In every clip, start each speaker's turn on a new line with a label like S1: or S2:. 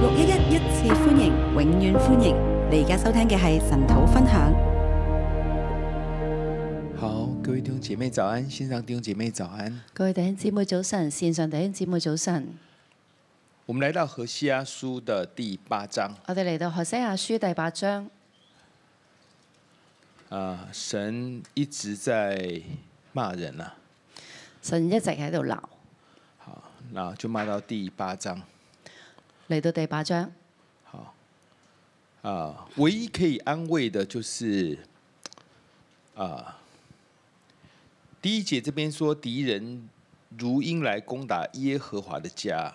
S1: 六一一一次歡迎，永遠歡迎！你而家收聽嘅係神土分享。
S2: 好，各位弟兄姐妹早安，線上弟兄姐妹早安。
S3: 各位弟兄姊妹早晨，線上弟兄姊妹早晨。
S2: 我們來到何西阿書的第八章，
S3: 我哋嚟到何西亞書第八章，
S2: 啊、神一直在罵人啊，
S3: 神一直喺度鬧，
S2: 好，那就罵到第八章，
S3: 嚟到第八章，
S2: 好，啊、唯一可以安慰的就是，啊、第一節這邊說敵人如鷹來攻打耶和華的家，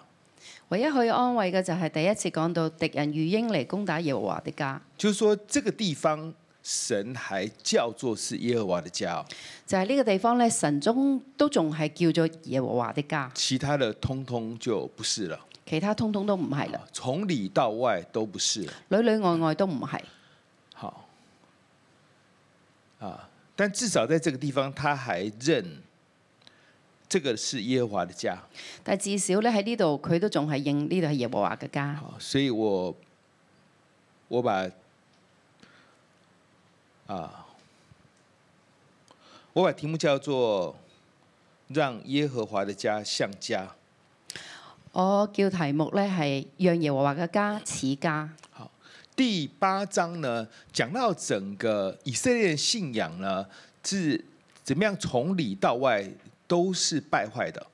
S3: 唯一可以安慰嘅就係第一次講到敵人如鷹嚟攻打耶和華的家，
S2: 就是說這個地方神還叫做是耶和華的家、哦。
S3: 就係、呢個地方咧，神中都仲係叫做耶和華的家，
S2: 其他的通通就不是了，啊
S3: 其他通通都唔係啦，
S2: 从里到外都不是了。
S3: 裏裏外外都唔係。
S2: 好，啊，但至少在这个地方，他还认这个是耶和华的家。
S3: 但至少咧喺呢度，佢都仲係認呢度係耶和華嘅家。
S2: 好，所以我我把啊，我把题目叫做“让耶和华的家像家”。
S3: 我叫題目咧係讓耶和華嘅家似家。
S2: 第八章呢，讲到整个以色列信仰呢，是怎么样从里到外都是败坏的。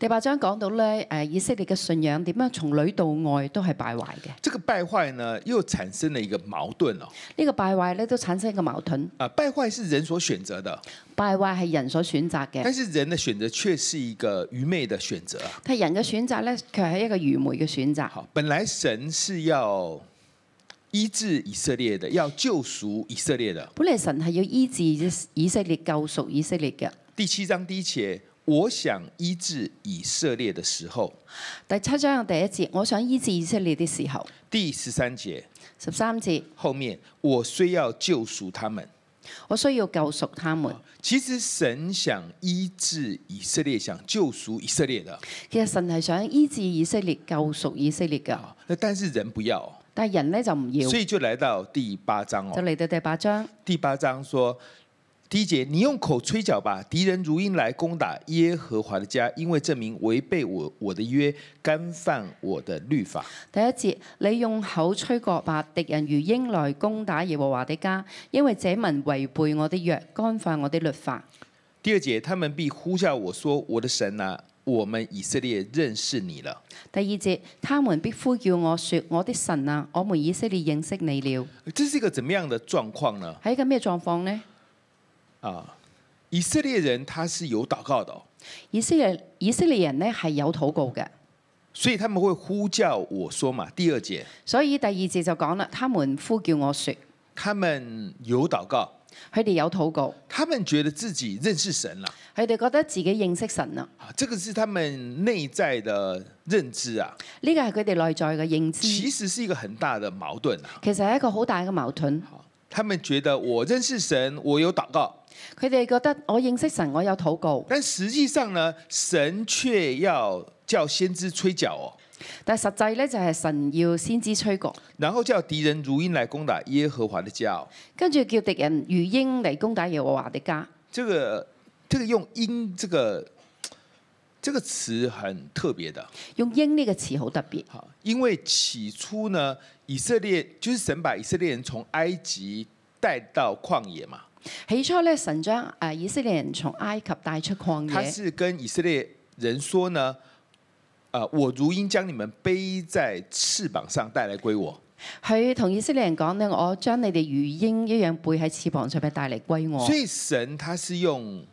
S3: 第八章講到咧，誒以色列嘅信仰點樣從裏到外都係敗壞嘅。呢、
S2: 这个败坏呢，又產生了一个矛盾哦。
S3: 個敗壞咧都產生一個矛盾。
S2: 啊，敗壞是人所選擇的，
S3: 敗壞係人所選擇嘅，
S2: 但是人的選擇卻是一個愚昧的選擇啊。
S3: 但係人嘅選擇咧，卻係一個愚昧嘅選擇。
S2: 好，本來神是要醫治以色列的，要救贖以色列的。
S3: 本嚟神係要醫治以色列、救贖以色列嘅。
S2: 第七章第一節，我想醫治以色列的時候，
S3: 第七章嘅第一節，我想醫治以色列的時候，
S2: 第十三節
S3: 十三節，
S2: 後面，我雖要救贖他們。
S3: 我需要救贖他們。
S2: 其实神想医治以色列，想救赎以色列的，
S3: 其實神係想醫治以色列、救贖以色列嘅，
S2: 啊那但是人不要哦，
S3: 但係人咧就唔要
S2: 所，以就来到第八章
S3: 就
S2: 哦。
S3: 嚟到第八章。
S2: 第八章说，第一节，你用口吹角吧，敌人如鹰来攻打耶和华的家，因为证明违背我我的约，干犯我的律法。
S3: 第一節，你用口吹角吧，敵人如鷹來攻打耶和華的家，因為這民違背我的約，干犯我的律法。
S2: 第二节，他们必呼叫我说，我的神呐、我们以色列认识你了。
S3: 第二節，他們必呼叫我說：我的神啊，我們以色列認識你了。
S2: 这是一个怎么样的状况呢？
S3: 喺個咩狀況呢？
S2: 啊，以色列人他是有祷告的哦、
S3: 以色列以色列人呢係有禱告嘅，
S2: 所以他们会呼叫我說嘛，第二节，
S3: 所以第二節就講啦，他們呼叫我說，
S2: 他们有祷告，
S3: 佢哋有禱告，
S2: 他们覺得自己認識神了，
S3: 佢哋覺得自己認識神啦。
S2: 啊，这个是他们內在的認知啊，
S3: 呢個係佢哋內在嘅認知，
S2: 其實是一個很大的矛盾啊。
S3: 其實係一個好大嘅矛盾。
S2: 他们覺得我認識神，我有禱告，
S3: 佢哋覺得我認識神，我有禱告。
S2: 但實際上呢，神卻要叫先知吹角哦，
S3: 但係實際咧就係神要先知吹角，
S2: 然後叫敵人如鷹來攻打耶和華的家哦。
S3: 跟住叫敵人如鷹嚟攻打耶和華的家。
S2: 这个这個用鷹這個这個詞很特別的。
S3: 用鷹呢個詞好特別，
S2: 好，因为起初呢，以色列就是神把以色列人从埃及带到旷野嘛，
S3: 起初咧神將誒、呃以色列人從埃及帶出曠
S2: 他
S3: 野，
S2: 是跟以色列人说呢，呃，我如鹰将你们背在翅膀上带来归我，
S3: 佢同以色列人講咧：我將你哋如鷹一樣背喺翅膀上面帶嚟歸我
S2: 所。以神他是用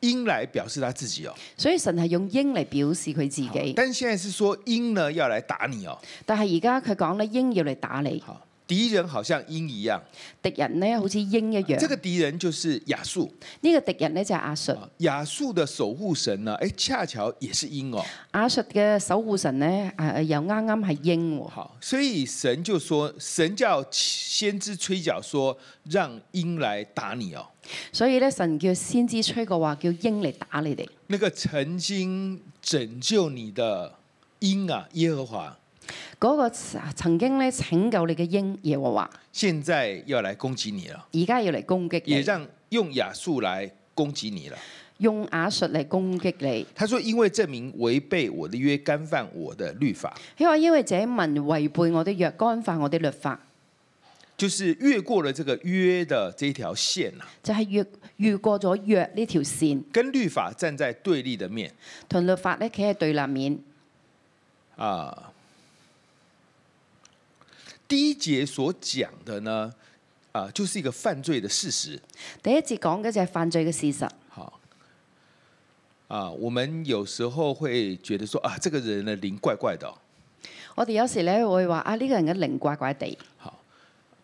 S2: 鹰来表示他自己哦，
S3: 所以神係用鷹嚟表示佢自
S2: 好
S3: 己，
S2: 但是现在是说鹰呢要来打你哦，
S3: 但係而家佢講咧鷹要嚟打你，
S2: 好，敌人好像鹰一样，
S3: 敵人咧好似鷹一樣。
S2: 这个敵人就是亞述，
S3: 呢個敵人咧就係亞述，
S2: 啊亞述的守护神呢，哎，恰巧也是鹰哦。
S3: 亞述嘅守護神咧誒、呃又啱啱係鷹喎。
S2: 好，所以神就说，神叫先知吹角说，让鹰来打你哦。
S3: 所以咧，神叫先知吹個話，叫鷹嚟打你哋。
S2: 那个曾经拯救你的鹰啊，耶和华，
S3: 嗰、個曾經咧拯救你嘅鷹耶和華，
S2: 现在要来攻击你了，
S3: 而家要嚟攻擊
S2: 也
S3: 你，
S2: 让用亚述来攻击你了。
S3: 用雅術嚟攻擊你。
S2: 他说：“因为证明违背我的约，干犯我的律法，
S3: 因為因為這民違背我的約，干犯我的律法，
S2: 就是越过了这个约的这一条线呐、
S3: 就係、越越過咗約呢條線，
S2: 啊跟律法站在对立的面
S3: 同律法咧企喺對立面。
S2: 啊。第一节所讲的呢，啊，就是一个犯罪的事实。
S3: 第一節講嘅就係犯罪嘅事實。
S2: 好，啊，我们有时候会觉得说啊，这个人的灵怪怪的哦、
S3: 我哋有時咧會話啊，呢、個人嘅靈怪怪地，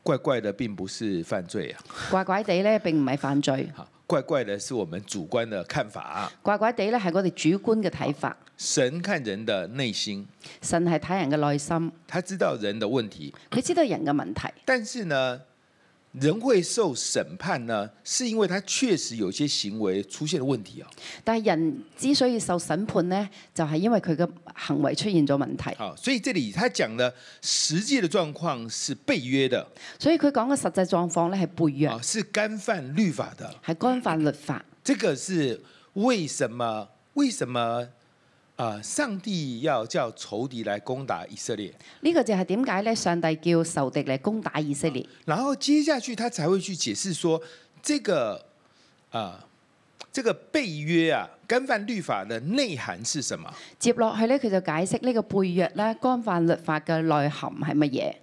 S2: 怪怪的并不是犯罪啊，
S3: 怪怪地咧並唔係犯 罪，
S2: 好，怪怪的是我们主观的看法啊、
S3: 怪怪地咧係我哋主觀嘅睇法。
S2: 神看人的内心，
S3: 神係睇人嘅內心，
S2: 他知道人的问题，
S3: 佢知道人嘅問題。
S2: 但是呢，人会受审判呢，是因为他确实有些行为出现了问题啊、
S3: 但係人之所以受審判呢，就係、因為佢嘅行為出現咗問題。
S2: 好，所以这里他讲的实际的状况是被约的
S3: 所以佢講嘅實際狀況咧係背
S2: 啊，
S3: 約，
S2: 是干犯律法的。
S3: 係干犯律法。
S2: 这个是为什么？为什么啊、呃上帝要叫仇敌来攻打以色列，
S3: 呢、個就係點解咧？上帝叫仇敵嚟攻打以色列，
S2: 啊然后接下去他才会去解释说这个啊、这个背约啊，干犯律法的内涵是什么？
S3: 接落去咧佢就解釋呢個背約咧干犯律法嘅內涵係乜嘢？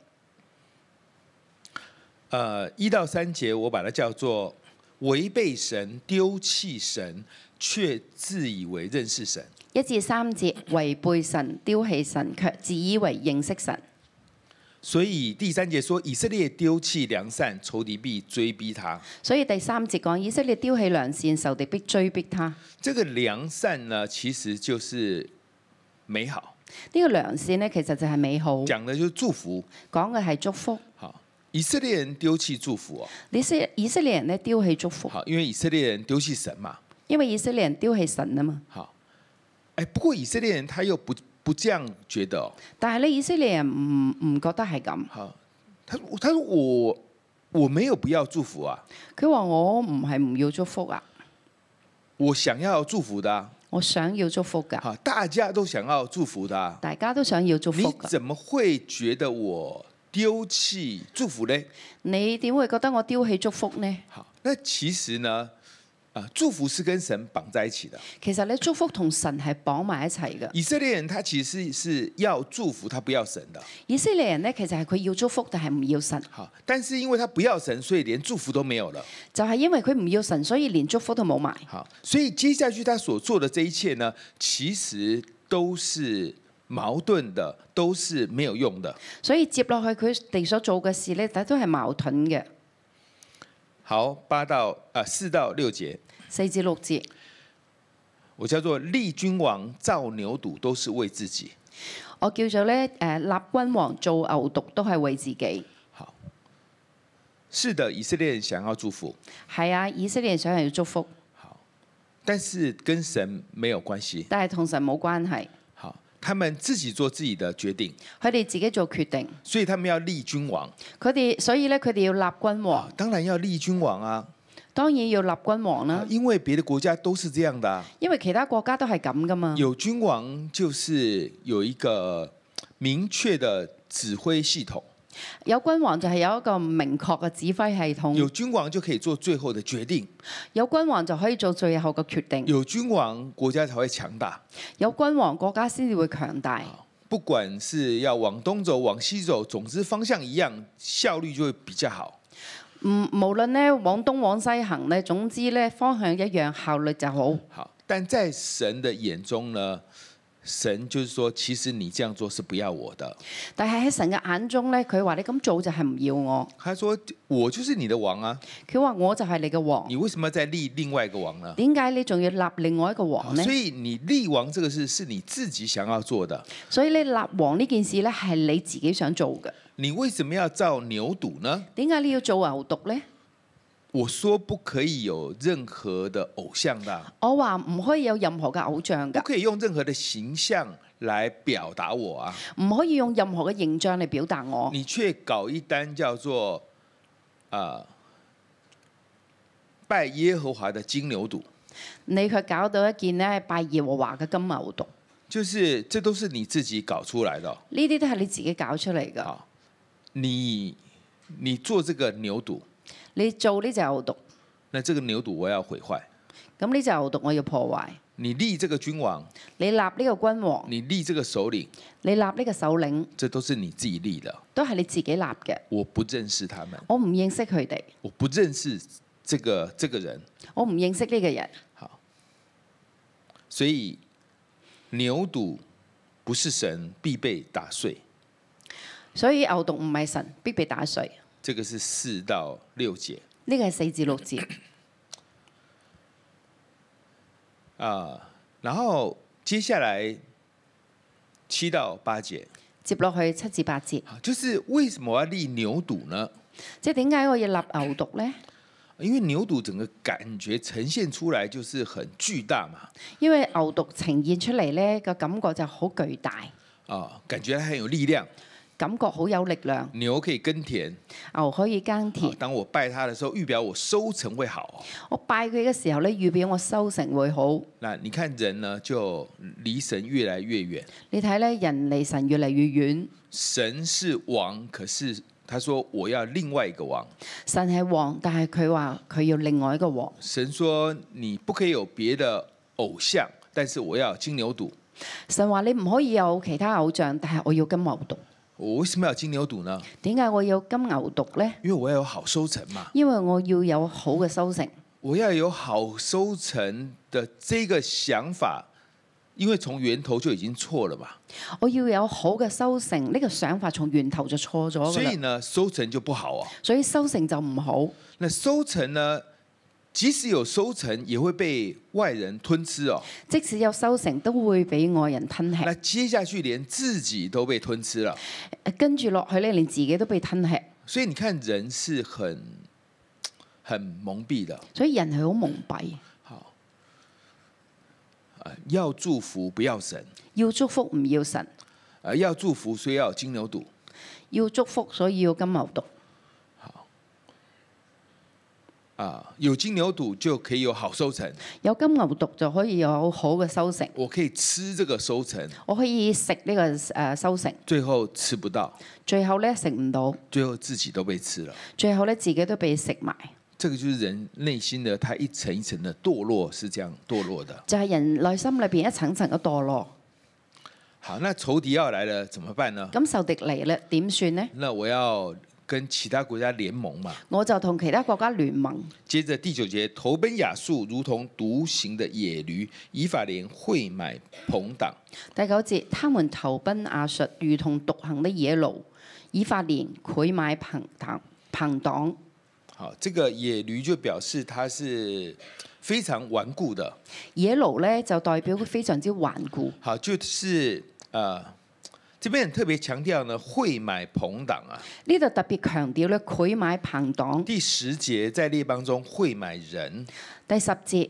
S2: 呃，一到三节我把它叫做违背神、丢弃神，却自以为认识神。
S3: 一至三節違背神、丟棄神，卻自以為認識神。
S2: 所以第三节说，以色列丢弃良善，仇敌必追逼他。
S3: 所以第三節講以色列丟棄良善，仇敵必追逼他。呢、
S2: 这个良善呢，其实就是美好，
S3: 個良善呢，其實就係美好，講
S2: 讲的就是祝福。
S3: 嘅係祝福。
S2: 好，以色列人丢弃祝福哦，
S3: 以色以色列人咧丟棄祝福，啊
S2: 好，因为以色列人丢弃神嘛。
S3: 因為以色列人丟棄神啊嘛。
S2: 好，哎，不过以色列人他又不不这样觉得哦。
S3: 但係咧，以色列人唔唔覺得係咁，
S2: 好，他他说我我没有不要祝福啊，
S3: 佢話我唔係唔要祝福啊，
S2: 我想要祝福的、啊，
S3: 我想要祝福㗎，
S2: 好，大家都想要祝福的、啊，
S3: 大家都想要祝福
S2: 你
S3: 㗎。
S2: 怎么会觉得我丢弃祝福呢？
S3: 你點會覺得我丟棄祝福呢？
S2: 好，那其实呢，啊，祝福是跟神绑在一起的。
S3: 其實咧，祝福同神係綁埋一齊㗎。
S2: 以色列人他其实是要祝福，他不要神的。
S3: 以色列人咧，其實係佢要祝福，但係唔要神，
S2: 好，但是因为他不要神，所以连祝福都没有了。
S3: 就係、因為佢唔要神，所以連祝福都冇埋。
S2: 好，所以接下去他所做的这一切呢，其实都是矛盾的，都是没有用的。
S3: 所以接落去佢哋所做嘅事咧，但都係矛盾嘅。
S2: 好，八到啊四到六节，
S3: 四至六節，
S2: 我叫做立君王、造牛犊，都是为自己。
S3: 我叫做咧誒立君王做牛犢都係為自己。
S2: 好，是的，以色列人想要祝福，
S3: 係啊，以色列人想係要祝福，
S2: 但是跟神没有关系。
S3: 但係同神冇關係，
S2: 好，他们自己做自己的决定，
S3: 佢哋自己做決定。
S2: 所以他们要立君王。
S3: 佢哋所以咧，佢哋要立君
S2: 啊
S3: 王，，
S2: 当然要立君王啊，
S3: 當然要立君王啦，
S2: 因为别的国家都是这样的啊、
S3: 因為其他國家都係咁噶嘛。
S2: 有君王就是有一个明确的指挥系统，
S3: 有君王就係有一個明確嘅指揮系
S2: 有
S3: 統，
S2: 君王就可以做最后的决定，
S3: 有君王就可以做最後嘅決定，
S2: 有君王国家才会强大。
S3: 有君王國家先至會強大。
S2: 啊不管是要往东走、往西走，总之方向一样，效率就会比较好。
S3: 唔無論咧往東往西行咧，總之咧方向一樣，效率就好。
S2: 好，但在神的眼中呢，神就是说，其实你这样做是不要我的。
S3: 但係喺神嘅眼中咧，佢話你咁做就係唔要我，
S2: 他说：“我就是你的王啊，
S3: 佢話我就係你嘅王
S2: 你，为什么要再立另外一个王呢？”
S3: 點解哦你仲要立另外一個王
S2: 好
S3: 呢
S2: 啊所？以你立王这个事是你自己想要做的，
S3: 所以你立王呢件事咧係你自己想做嘅，
S2: 你为什么要造牛犊呢？
S3: 點解你要做牛犢呢？
S2: 我说不可以有任何的偶像的啊，
S3: 我話唔可以有任何嘅偶像
S2: 不
S3: 㗎，
S2: 可以用任何的形象来表达我啊。
S3: 唔可以用任何嘅形象嚟表達我。
S2: 你却搞一单叫做啊、呃拜耶和华的金牛犊，
S3: 你卻搞到一件咧拜耶和華嘅金牛犢，
S2: 就是这都是你自己搞出来的哦、
S3: 呢啲都係你自己搞出嚟㗎。
S2: 好，你你做这个牛犊，
S3: 你做呢只牛犢，
S2: 那这个牛犊我要毁坏；
S3: 咁呢只牛犢我要破壞。
S2: 你立这个君王，
S3: 你立呢個君王，
S2: 你立这个首领，
S3: 你立呢個首領，
S2: 这都是你自己立的。
S3: 都係你自己立嘅。
S2: 我不认识他们，
S3: 我唔認識佢哋，
S2: 我不认识这个这个人。
S3: 我唔認識呢個人。
S2: 好，所以牛犊不是神必被打碎，
S3: 所以牛犢唔係神，必被打碎。
S2: 这个是四到六节
S3: 呢個係四至六節。
S2: 啊、然后接下来七到八节，
S3: 接落去七至八節，
S2: 好，就是为什么要立牛犊呢？
S3: 即係點解我要立牛犢呢？
S2: 因为牛犊整个感觉呈现出來就是很巨大嘛，
S3: 因為牛犢呈現出嚟呢個感覺就好巨大，
S2: 啊，感覺它很有力量。
S3: 感覺好有力量。
S2: 牛可以耕田，
S3: 牛可以耕
S2: 啊
S3: 田，
S2: 当我拜它的時候，預表我收成會好。
S3: 我拜佢嘅時候呢，預表我收成會好。
S2: 那你看人呢，就離神越來越遠。
S3: 你睇呢，人離神越嚟越遠，
S2: 神是王，可是他說我要另外一個王。
S3: 神係王，但係佢話佢要另外一個王。
S2: 神說你不可以有別的偶像，但是我要金牛犢。
S3: 神話你唔可以有其他偶像，但係我要金牛犢。
S2: 我為什麼要金牛犢呢？
S3: 點解我要金牛犢呢？
S2: 因為我要有好收成嘛。
S3: 因為我要有好嘅收成。
S2: 我要有好收成的这个想法，因为从源头就已经错了嘛，
S3: 我要有好嘅收成，呢、個想法從源頭就錯咗
S2: 所
S3: 㗎
S2: 以
S3: 啦，
S2: 呢收成就不好哦。
S3: 所以收成就唔好。
S2: 那收成呢，即使有收成，也会被外人吞吃哦。
S3: 即使有收成，都會俾外人吞吃
S2: 那。接下去连自己都被吞吃了，
S3: 跟住落去呢，連自己都被吞吃，
S2: 所以你看人是很很蒙蔽的。
S3: 所以人係好蒙蔽。
S2: 好，呃要祝福不要神，
S3: 要祝福唔要神，
S2: 呃，要祝福所以要有金牛犊。
S3: 要祝福所以要金牛犢。
S2: 啊，有金牛犊就可以有好收成，
S3: 有金牛犢就可以有好嘅收成，
S2: 我可以吃這個收成，
S3: 我可以食呢、個誒、呃收成，
S2: 最後吃不到，
S3: 最後呢，食唔到，
S2: 最後自己都被吃了。
S3: 最後呢，自己都被食埋。
S2: 這個就是人內心的，他一層一層的墮落是這樣墮落的。
S3: 就係、人內心裏邊一層層嘅墮落。
S2: 好，那仇敵要來了怎麼辦呢？
S3: 咁受敵嚟咧點算呢？
S2: 那我要跟其他國家聯盟嘛。
S3: 我就同其他國家聯盟。
S2: 接着第九節，投奔亞述如同獨行的野驴，以法蓮會買朋黨。
S3: 第九節，他們投奔亞述，如同獨行的野驢，以法蓮賄買朋黨。朋黨
S2: 好，這個野驴就表示它是非常頑固的。
S3: 野驢咧就代表佢非常之頑固。
S2: 好，就是呃，這邊很特別強調呢，會買朋黨啊。
S3: 呢度特別強調咧，賄買朋黨。
S2: 第十節在列邦中會買人，
S3: 第十節，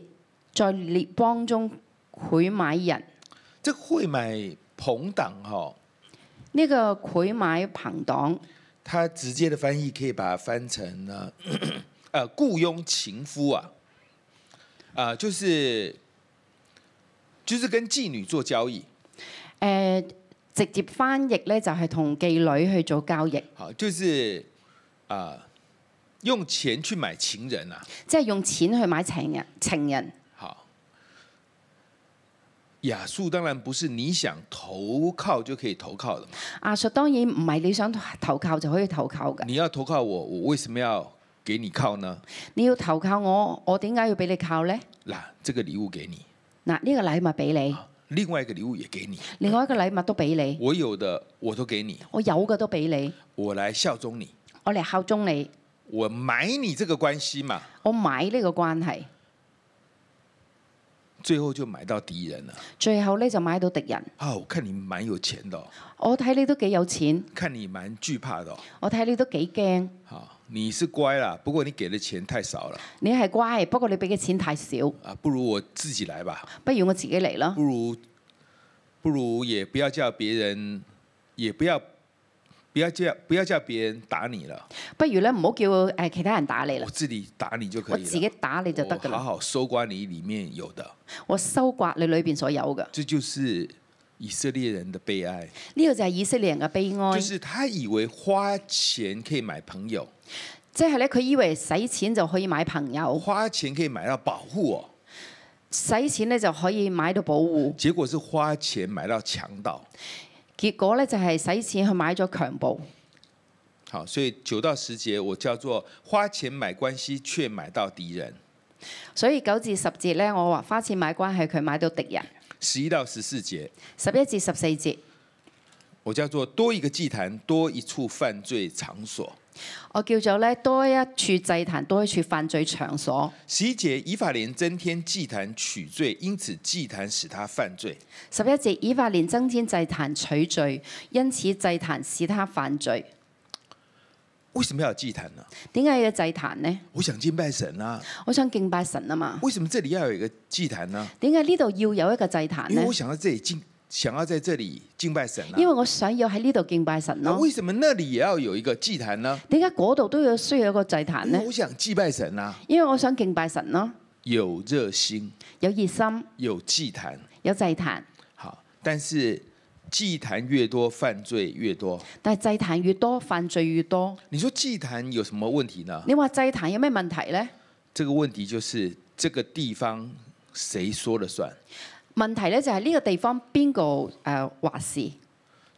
S3: 在列邦中賄買人。
S2: 這會買朋黨哈、
S3: 呢、個賄買朋黨，
S2: 它直接的翻譯可以把它翻成呢， 呃，雇佣情夫啊，啊、就是就是跟妓女做交易，
S3: 誒、呃直接翻譯咧就係同妓女去做交易，
S2: 好，就是啊、用錢去買情人啊，
S3: 即係用錢去買情人。情人
S2: 好。雅述當然不是你想投靠就可以投靠的嘛，
S3: 亞述當然唔係你想投靠就可以投靠嘅，
S2: 你要投靠我，我為什麼要給你靠呢？
S3: 你要投靠我，我點解要俾你靠呢？
S2: 嗱，這個禮物給你，
S3: 嗱，呢個禮物俾你，
S2: 另外一個禮物也給你，
S3: 另外一個禮物都俾你，
S2: 我有的我都給你，
S3: 我有嘅都俾你，
S2: 我來效忠你，
S3: 我嚟效忠你，
S2: 我買你這個關係嘛，
S3: 我買呢個關係，
S2: 最後就買到敵人了。
S3: 最後呢就買到敵人。
S2: 啊，我看你蠻有錢的、哦，
S3: 我睇你都幾有錢，
S2: 看你蠻懼怕的、哦。
S3: 哎我睇你都幾驚，
S2: 好，你是乖啦，不过你给的钱太少了
S3: 你係乖，不過你俾嘅錢太少，
S2: 啊，不如我自己来吧，
S3: 不如我自己嚟啦。
S2: 不如不如也不要叫别人，也不要不要叫不要叫别人打你了，
S3: 不如咧唔好叫誒其他人打你啦
S2: 我，自己打你就可
S3: 我
S2: 以
S3: 自己
S2: 了。
S3: 打你就得噶
S2: 我好
S3: 啦。
S2: 好收刮你里面有的，
S3: 我收刮你裏邊所有嘅，
S2: 这就是以色列人的悲哀，
S3: 呢個就係以色列人嘅悲哀
S2: 就，是他以为花钱可以买朋友，
S3: 即係咧佢以為使錢就可以買朋友，
S2: 花钱可以买到保护哦，
S3: 使錢咧就可以買到保護，
S2: 结果是花钱买到强盗。
S3: 結果咧就係使錢去買咗強暴。
S2: 好，所以九到十节我叫做花钱买关系，却买到敌人。
S3: 所以九至十節咧，我話花錢買關係，佢買到敵人。
S2: 十一到十四节，
S3: 十一至十四節，
S2: 我叫做多一个祭坛，多一处犯罪场所。
S3: 我叫做咧多一處祭壇，多一處犯罪場所。
S2: 十一节，以法莲增添祭坛取罪，因此祭坛使他犯罪。
S3: 十一節，以法蓮增添祭壇取罪，因此祭壇使他犯罪。
S2: 为什么要有祭坛呢？
S3: 點解要祭壇呢？
S2: 我想敬拜神啊，
S3: 我想敬拜神啊嘛。
S2: 为什么这里要有一个祭坛呢？
S3: 點解呢度要有一個祭壇
S2: 因为我
S3: 呢？
S2: 想在这里敬，想要在这里敬拜神啊
S3: 啊因。為我想要喺呢度敬拜神
S2: 那
S3: 咯。
S2: 为什么那里也要有一个祭坛呢？
S3: 點解嗰度都要需要一個祭壇
S2: 因
S3: 呢
S2: 为？我想祭拜神啊，
S3: 因為我想敬拜神咯，
S2: 有热心，
S3: 有熱心，
S2: 有祭坛。
S3: 有祭壇。
S2: 好，但是祭坛越多，犯罪越多。
S3: 但係祭壇越多，犯罪越多。
S2: 你说祭坛有什么问题呢？
S3: 你話祭壇有咩問題呢？
S2: 这个问题就是这个地方谁说了算？
S3: 問題咧就係呢個地方邊個誒話事，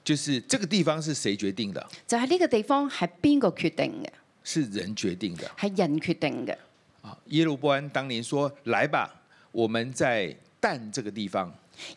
S2: 就是这个地方是谁决定的？
S3: 就係、呢個地方係邊個決定嘅，
S2: 是人决定的
S3: 係人決定嘅。
S2: 啊！耶路伯安当年说：“来吧，我们在但这个地方；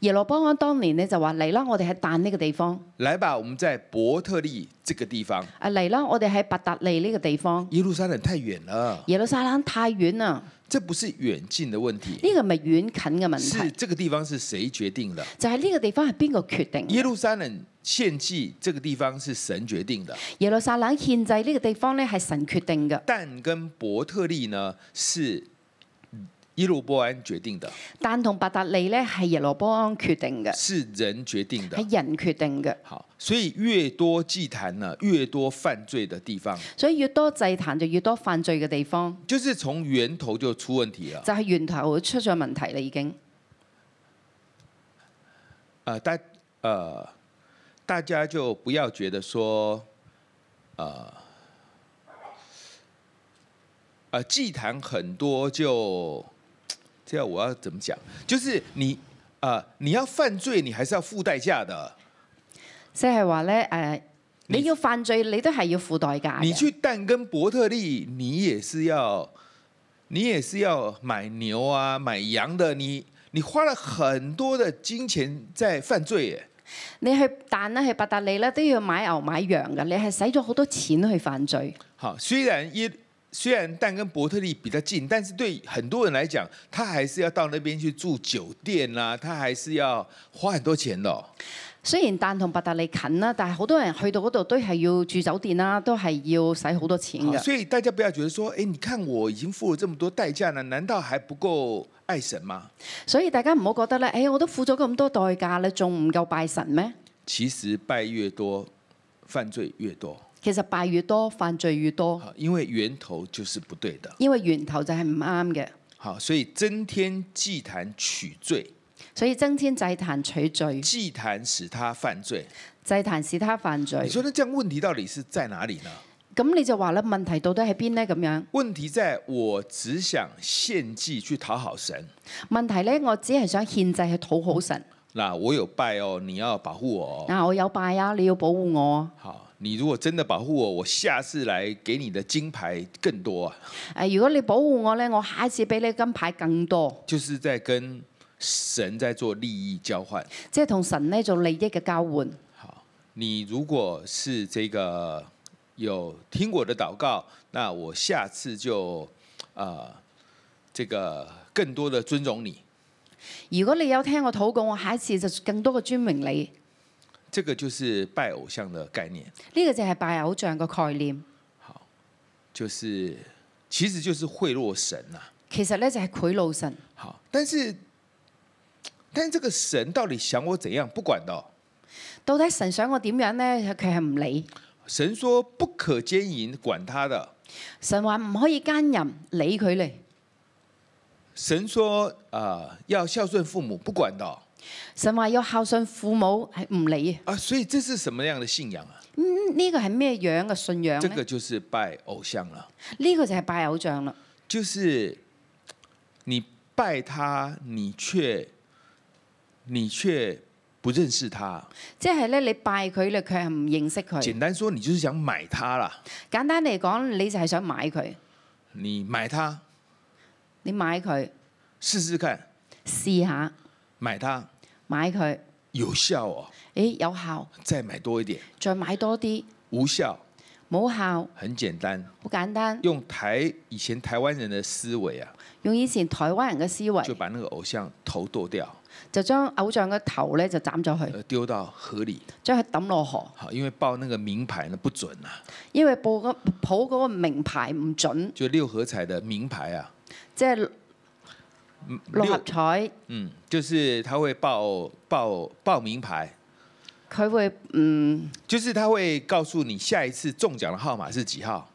S3: 耶羅波安當年咧就話嚟啦，我哋喺但呢個地方，
S2: 来吧，我们在伯特利这个地方。
S3: 啊嚟啦，我哋喺伯達利呢個地方。
S2: 耶路撒冷太远了，
S3: 耶路撒冷太遠啦，
S2: 这不是远近的问题，
S3: 呢個咪遠近嘅問
S2: 是
S3: 題，
S2: 这个地方是谁决定的？
S3: 就係呢個地方係邊個決定
S2: 耶
S3: 嘅。
S2: 路撒冷献祭这个地方是神决定的。”
S3: 耶路撒冷獻祭呢個地方咧係神決定嘅，
S2: 但跟伯特利呢是耶罗波安决定的，
S3: 但同伯達利咧係耶羅波安決定嘅，
S2: 是人决定的。
S3: 係人決定嘅。
S2: 好，所以越多祭坛呢，越多犯罪的地方，
S3: 所以越多祭壇就越多犯罪嘅地方，
S2: 就是从源头就出问题了。
S3: 就係、源頭出咗問題啦已經。
S2: 呃，大呃，大家就不要觉得说，呃，呃，祭坛很多就，这样我要怎么讲？就是你呃，你要犯罪，你还是要付代价的。
S3: 即係話咧，誒、
S2: 你
S3: 呃你要犯罪，你都係要付代價
S2: 你
S3: 嘅。
S2: 去但跟伯特利，你也是要，你也是要买牛啊，买羊的，你你花了很多的金钱在犯罪耶。
S3: 你去但咧，去伯達利咧，都要買牛買羊嘅，你係使咗好多錢去犯罪。
S2: 好，虽然耶虽然但跟伯特利比较近，但是对很多人来讲，他还是要到那边去住酒店啦、他还是要花很多钱的哦、
S3: 雖然但同伯達利近啦，但係好多人去到嗰度都係要住酒店啦，都係要使好多錢
S2: 好
S3: 嘅。
S2: 啊所以大家不要觉得说，哎，你看我已经付了这么多代价了，难道还不够爱神吗？
S3: 所以大家唔好覺得咧，誒、我都付咗咁多代價啦，仲唔夠拜神咩？
S2: 其实拜越多，犯罪越多。
S3: 其實拜越多，犯罪越多，
S2: 好，因为源头就是不对的。
S3: 因為源頭就係唔啱嘅。
S2: 好，所以增添祭坛取罪，
S3: 所以增添祭壇取罪，
S2: 祭坛使他犯罪。
S3: 祭壇使他犯罪
S2: 你。说那这样问题到底是在哪里呢？
S3: 咁你就話啦，問題到底喺邊呢？咁樣
S2: 问题在我只想献祭去讨好神。
S3: 問題呢，我只係想獻祭去討好神。
S2: 那我有拜哦，你要保护我哦。
S3: 啊，我有拜啊，你要保護我啊。
S2: 好，你如果真的保护我，我下次来给你的金牌更多啊，
S3: 誒、如果你保護我呢，我下一次俾你金牌更多，
S2: 就是在跟神在做利益交换。
S3: 即係同神呢做利益嘅交換。
S2: 好，你如果是这个有听我的祷告，那我下次就呃这个更多的尊重你，
S3: 如果你有聽我禱告，我下一次就更多嘅尊榮你。
S2: 这个就是拜偶像的概念。
S3: 呢、個就係拜偶像嘅概念。
S2: 就是其实就是贿赂神呐、
S3: 其實咧就係賄賂神，
S2: 好，但是但是这个神到底想我怎样？不管的哦、
S3: 到底神想我點樣呢？佢係唔理。
S2: 神说不可奸淫，管他的。
S3: 神話唔可以奸淫，理佢嚟。
S2: 神说啊、呃要孝顺父母，不管的哦、
S3: 神話要孝順父母係唔理。
S2: 啊。所以这是什么样的信仰啊？
S3: 嗯呢、個係咩樣嘅信仰
S2: 这
S3: 呢？
S2: 个就是拜偶像了，
S3: 呢、個就係拜偶像啦。
S2: 就是你拜他，你却你却不认识他。
S3: 即係咧，你拜佢咧，佢係唔認識佢。
S2: 简单说，你就是想买他啦，
S3: 簡單嚟講，你就係想買佢，
S2: 你买他
S3: 你買佢
S2: 试试看，
S3: 試下
S2: 买他
S3: 買佢，
S2: 有效哦，
S3: 誒有效，
S2: 再买多一点；
S3: 再買多啲，
S2: 无效
S3: 冇效，
S2: 很简单，
S3: 好簡單。
S2: 用台以前台湾人的思维啊，
S3: 用以前台灣人嘅思
S2: 就
S3: 維，
S2: 把那个偶像头剁掉，
S3: 就將偶像嘅頭咧就斬咗佢，
S2: 呃，丢到河里。
S3: 將佢抌落河，
S2: 好，因为报那个名牌呢不准啊，
S3: 因為報嗰抱嗰個名牌唔準，
S2: 就六合彩的名牌啊，
S3: 即係
S2: 嗯
S3: 六合
S2: 六
S3: 彩
S2: 嗯，就是他会报报报名牌，
S3: 佢會嗯。
S2: 就是他会告诉你下一次中奖的号码是几号。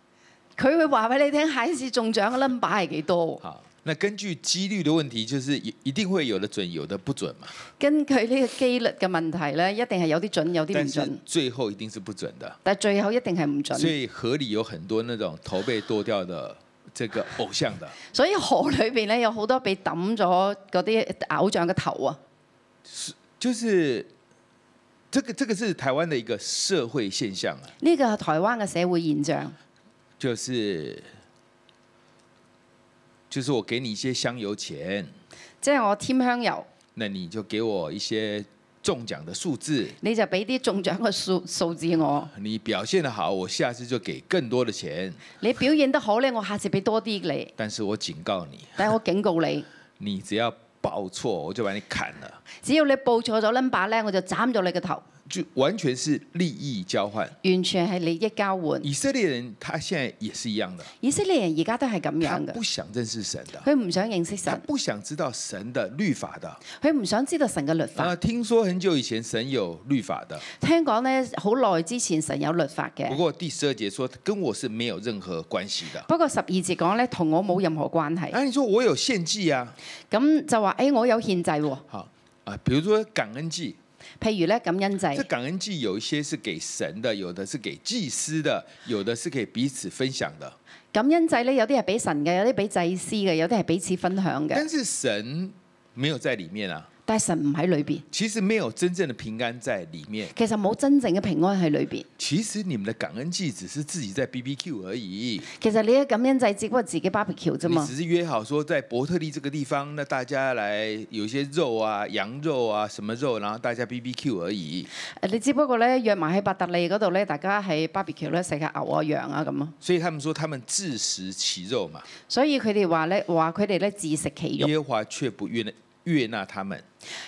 S3: 佢會話俾你聽，下一次中獎嘅 number 係幾多喎？
S2: 好，那根据几率的问题，就是一一定会有的准，有的不准嘛。
S3: 根據呢個機率嘅問題咧，一定係有啲準，有啲
S2: 但
S3: 唔
S2: 是
S3: 準，
S2: 最后一定是不准的，
S3: 但係最後一定係唔
S2: 所
S3: 準。
S2: 以河里有很多那种头被剁掉的这个偶像的，
S3: 所以河裏邊咧有好多被抌咗嗰啲偶像嘅頭啊！
S2: 就是这个这个是台湾的一个社会现象啊，
S3: 呢個係台灣嘅社會現象，
S2: 就是就是我给你一些香油钱，
S3: 即係我添香油，
S2: 那你就给我一些中奖的数字，
S3: 你就俾啲中獎嘅數數字我。
S2: 你表现的好，我下次就给更多的钱，
S3: 你表現得好咧，我下次俾多啲你，
S2: 但是我警告你，
S3: 但係我警告你，
S2: 你只要报错，我就把你砍了，
S3: 只要你報錯咗 number 咧，我就斬咗你嘅頭。
S2: 就完全是利益交换。
S3: 完全係利益交換。
S2: 以色列人他现在也是一样的，
S3: 以色列人而家都係咁
S2: 他
S3: 樣
S2: 不
S3: 嘅，
S2: 想认识神的，
S3: 佢唔想認識
S2: 他
S3: 神。
S2: 不想知道神的律法的。
S3: 佢唔想知道神嘅律
S2: 啊，
S3: 法。
S2: 听说很久以前神有律法的，
S3: 聽講呢，好耐之前神有律法
S2: 不
S3: 嘅，
S2: 过第十二节说跟我是没有任何关系的。
S3: 不過十二節講呢，同我冇任何關係。
S2: 啊，你说我有献祭啊，
S3: 咁就話誒、哎我有獻祭喎，
S2: 好啊，比如说感恩祭，
S3: 譬如呢感恩
S2: 这
S3: 祭，
S2: 感恩祭有一些是给神的，有的是给祭司的，有的是给彼此分享的。
S3: 感恩祭呢，有啲係俾神嘅，有啲俾祭司嘅，有啲係彼此分享嘅。
S2: 但是神没有在里面啊，
S3: 但係神唔喺裏邊，
S2: 其实没有真正的平安在里面。
S3: 其實冇真正嘅平安喺裏邊。
S2: 其实你们的感恩祭只是自己在 B B Q 而已，
S3: 其實你嘅感恩祭只不過自己 barbecue 啫
S2: 你
S3: 嘛
S2: 只，是约好说在伯特利这个地方，那大家来有一些肉啊、羊肉啊、什么肉，然后大家 B B Q 而已。
S3: 你只不過呢約埋喺伯特利嗰度呢，大家喺 barbecue 咧食下牛啊、羊啊咁啊。
S2: 所以他们说他们自食其肉嘛，
S3: 所以佢哋話呢，話佢哋呢自食其肉，
S2: 耶和华却不悦悦纳他们。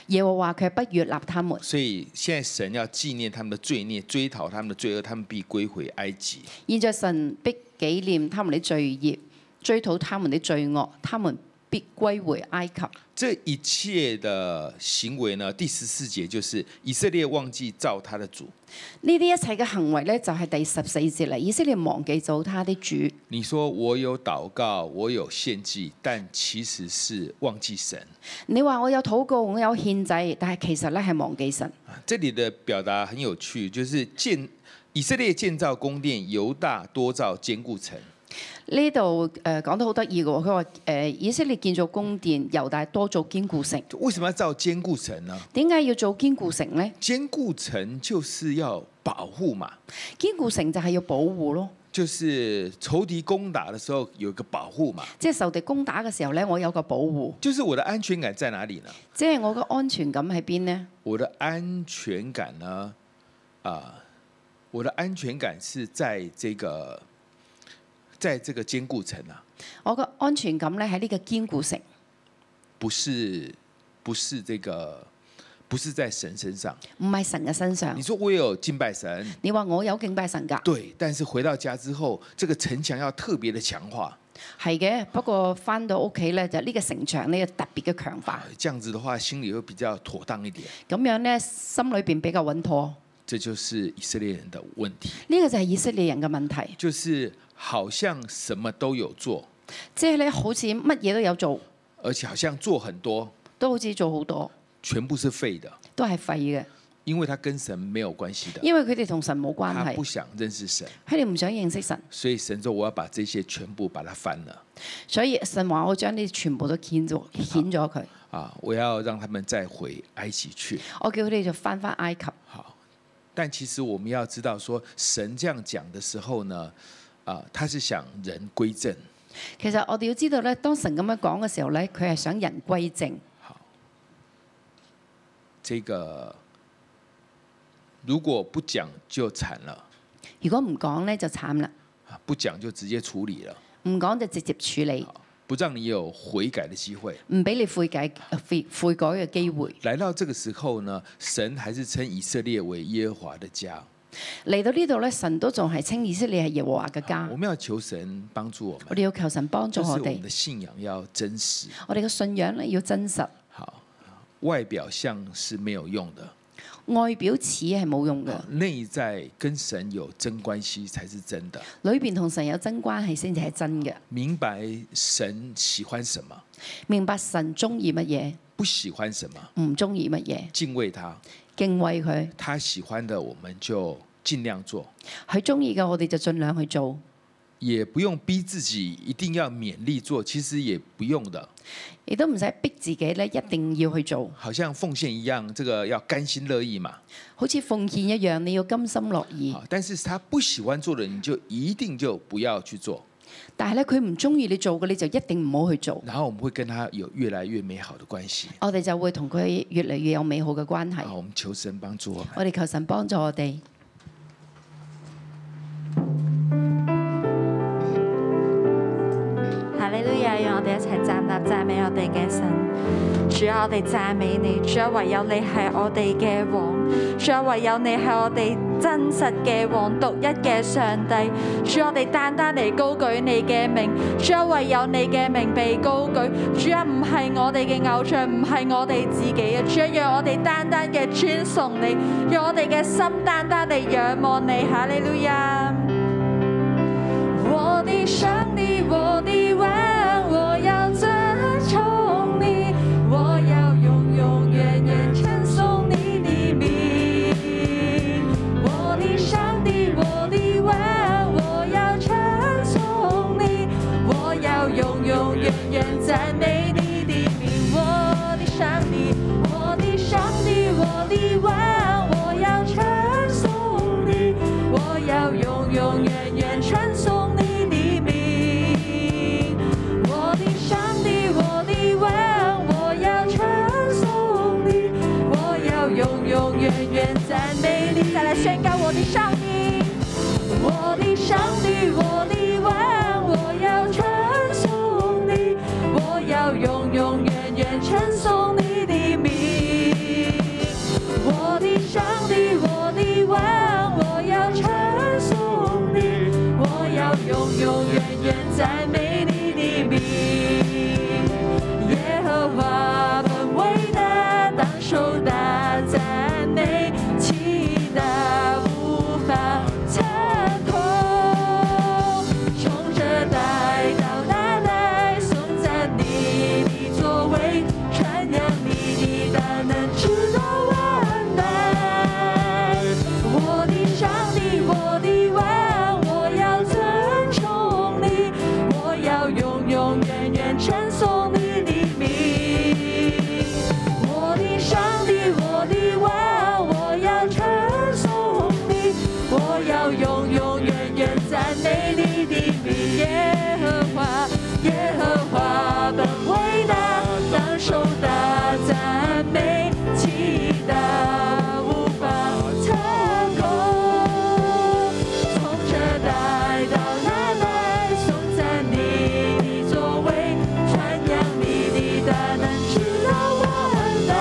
S3: 耶和華卻不悦納他們。
S2: 所以现在神要纪念他们的罪孽，追讨他们的罪恶，他们必归回埃及。
S3: 現在神必紀念他們的罪孽，追討他們的罪惡，他們必歸回埃及。
S2: 这一切的行为呢，第十四节就是以色列忘记造他的主。
S3: 呢啲一切嘅行為呢，就係第十四節嚟。以色列忘記做他的主，
S2: 你说我有祷告，我有献祭，但其实是忘记神。
S3: 你話我有禱告，我有獻祭，但係其實呢係忘記神。
S2: 啊这里的表达很有趣，就是建以色列建造宫殿，犹大多造坚固城。
S3: 呢度誒講得好得意嘅喎，佢話誒以色列建造宮殿，猶大多做堅固城。
S2: 为什么要造坚固城呢？
S3: 點解要做堅固城呢？
S2: 坚固城就是要保护嘛，
S3: 堅固城就係要保護咯，
S2: 就是仇敌攻打的时候有一个保护嘛。
S3: 即係仇敵攻打嘅時候呢，我有個保護，
S2: 就是我的安全感在哪里呢？
S3: 即係我嘅安全感喺邊呢？
S2: 我的安全感呢？啊、我的安全感是在这个，在这个坚固层啊，
S3: 我嘅安全感咧喺呢個堅固城，
S2: 不是不是这个不是在神身上。
S3: 唔係神嘅身上
S2: 你。说我也有敬拜神，
S3: 你話我有敬拜神㗎，
S2: 对，但是回到家之后，这个城墙要特别的强化。
S3: 係嘅。不過翻到屋企咧，就呢個城牆呢，特別嘅強化
S2: 啊，这样子的话，心里会比較妥當一點。
S3: 咁樣咧心裏邊比較穩妥。
S2: 这就是以色列人的問題，
S3: 呢、個就係以色列人嘅問題，
S2: 就是好像什麼都有做，
S3: 即係咧好似乜嘢都有做，
S2: 而且好像做很多，
S3: 都好似做好多，
S2: 全部是廢的，
S3: 都係廢嘅，
S2: 因為他跟神沒有關係的，
S3: 因為佢哋同神冇關
S2: 他
S3: 係
S2: 不，想認識神，
S3: 佢哋唔想認識神，
S2: 所以神說我要把這些全部把它翻了
S3: 所以神話我將呢啲全部都掀咗掀咗佢，
S2: 啊，我要讓他們再回埃及去。
S3: 我叫佢哋就翻返埃及。
S2: 好，但其實我們要知道說，神這樣講的時候呢，啊，他是想人歸正。
S3: 其實我哋要知道咧，當神咁樣講嘅時候咧，佢係想人歸正。
S2: 这个如果不講就慘了，
S3: 如果唔講咧就慘啦，
S2: 啊不講就直接處理了，
S3: 唔講就直接處理，
S2: 不讓你有悔改的機會。
S3: 唔俾你悔改悔悔改嘅機會。
S2: 來到這個時候呢，神還是稱以色列為耶和華的家。
S3: 嚟到呢度咧，神都仲係稱以色列係耶和華嘅家
S2: 我。們要求神幫助我
S3: 我
S2: 們，
S3: 哋要求神幫助
S2: 就是我
S3: 我
S2: 們
S3: 哋
S2: 的，信仰要真實。
S3: 我哋嘅信仰咧要真實，
S2: 好，外表像是沒有用的，
S3: 外表似係冇用嘅，
S2: 內在跟神有真關係才是真的。
S3: 裏邊同神有真關係先至係真嘅。
S2: 明白神喜歡什麼，
S3: 明白神中意乜
S2: 不喜歡什麼，
S3: 嘢，唔中意乜嘢，
S2: 敬畏他。
S3: 敬畏佢，
S2: 他喜歡的我們就盡量做，
S3: 佢中意嘅我哋就盡量去做，
S2: 也不用逼自己一定要勉力做，其實也不用的，
S3: 亦都唔使逼自己咧一定要去做。
S2: 好像奉獻一樣，這個要甘心樂意嘛。
S3: 好似奉獻一樣，你要甘心樂意。
S2: 好，但是他不喜歡做的，你就一定就不要去做，
S3: 但係咧，佢唔中意你做嘅，你就一定唔好去做。
S2: 然後我們會跟他有越來越美好的關係。
S3: 我哋就會同佢越嚟越有美好嘅關係。
S2: 好，我們求神幫助我們。
S3: 我哋求神幫助我哋。
S4: 哈利路亞！讓我哋一齊站立讚美我哋嘅神。主啊，我哋讚美你。主啊，唯有你係我哋嘅王。主啊，唯有你係我哋真實嘅王，獨一嘅上帝。主啊，我哋單單嚟高舉你嘅名。主啊，唯有你嘅名被高舉。主啊，唔係我哋嘅偶像，唔係我哋自己嘅。主啊，讓我哋單單嘅尊崇你，讓我哋嘅心單單地仰望你。哈利路亞！我的上帝，我的王，我要尊崇你，我要永永远远称颂你的名。我的上帝，我的王，我要称颂你，我要永永远远赞美你的名。我的上帝，我的上帝，我的王，我要称颂你，我要永永远远称颂你的名。我的上帝，我的王，我要称颂你，我要永永远远赞美你。再来宣告我的上帝。我的上帝，我的王，我要称颂你，我要永永远远称颂你的名。我的上帝，我的王，我要称颂你，我要永永远远赞美你的名。耶和华本为大，当受大赞美，其大无法参透。从这代到那代，颂赞你的作为，传扬你的大能，直到万代。我的上帝，我的王，我要尊崇你，我要永永远远称颂你的名。我的上帝，我的王，我要称颂你，我要永永远远赞美你的名。耶和华，耶和华本伟大，当受大赞美，其大无法测控。从这代到那代，颂赞你的作为，传扬你的大能，直到万代。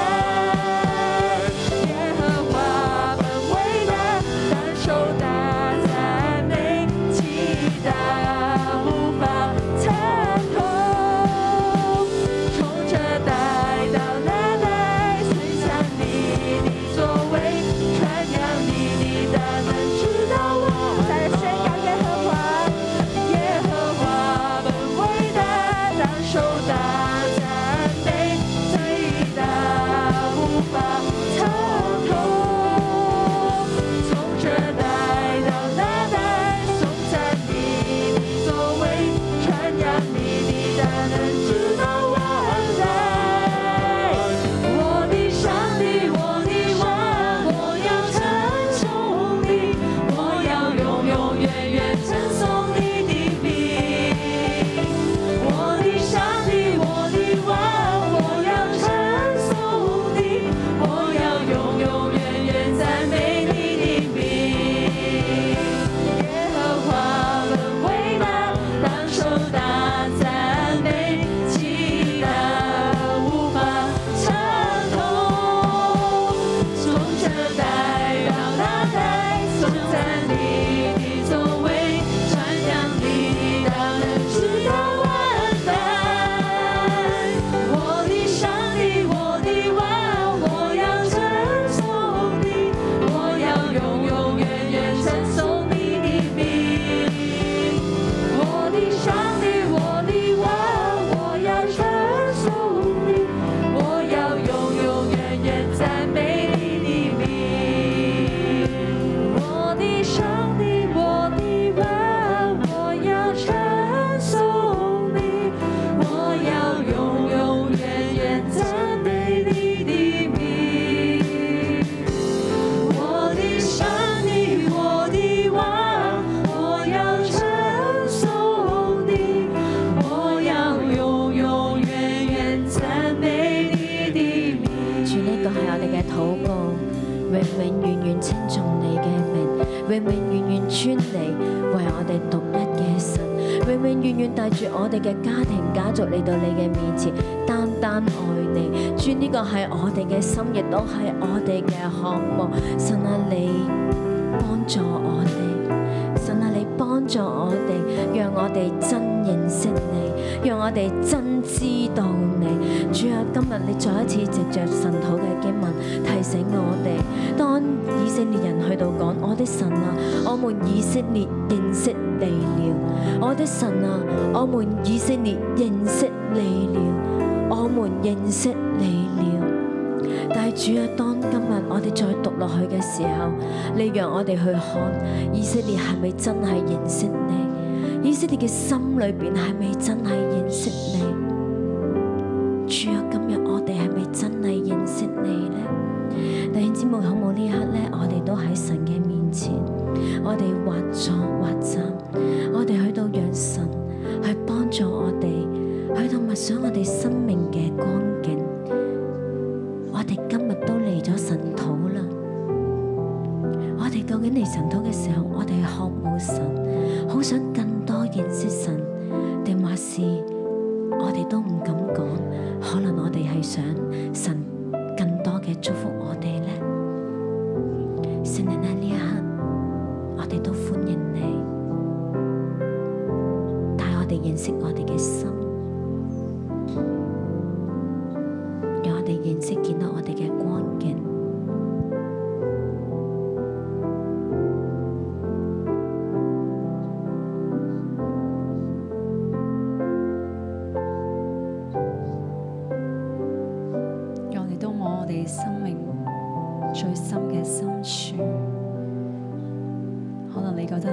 S5: 永永遠遠稱頌你嘅名，永永遠遠尊你為我哋獨一嘅神，永永遠遠帶住我哋嘅家庭家族嚟到你嘅面前，單單愛你。主呢個係我哋嘅心，亦都係我哋嘅渴望。神啊，你幫助我哋，神啊，你幫助我哋，讓我哋真認識你，讓我哋真知道你。主啊，今日你再一次藉着神土嘅經文提醒我哋，當以色列人去到講：我的神啊，我們以色列認識你了；我的神啊，我們以色列認識你了；我們認識你了。但係主啊，當今日我哋再讀落去嘅時候，你讓我哋去看以色列係咪真係認識你？以色列嘅心裏邊係咪真係認識你？主啊，今日我哋係咪真係認識你呢？弟兄姊妹，好冇呢刻呢，我哋都喺神嘅面前，我哋或坐或站，我哋去到讓神去幫助我哋，去到默想我哋生命嘅光景。我哋今日都嚟咗神土啦，我哋究竟嚟神土嘅時候，我哋渴慕神，好想更多認識神，定還是我哋都唔敢講？可能我哋係想神更多嘅祝福我哋呢？聖靈喺呢一刻，我哋都歡迎你，帶我哋認識我哋嘅心。讓我哋認識見到我哋嘅光景。
S6: 讓我哋都摸我哋生命最深嘅深處。可能你覺得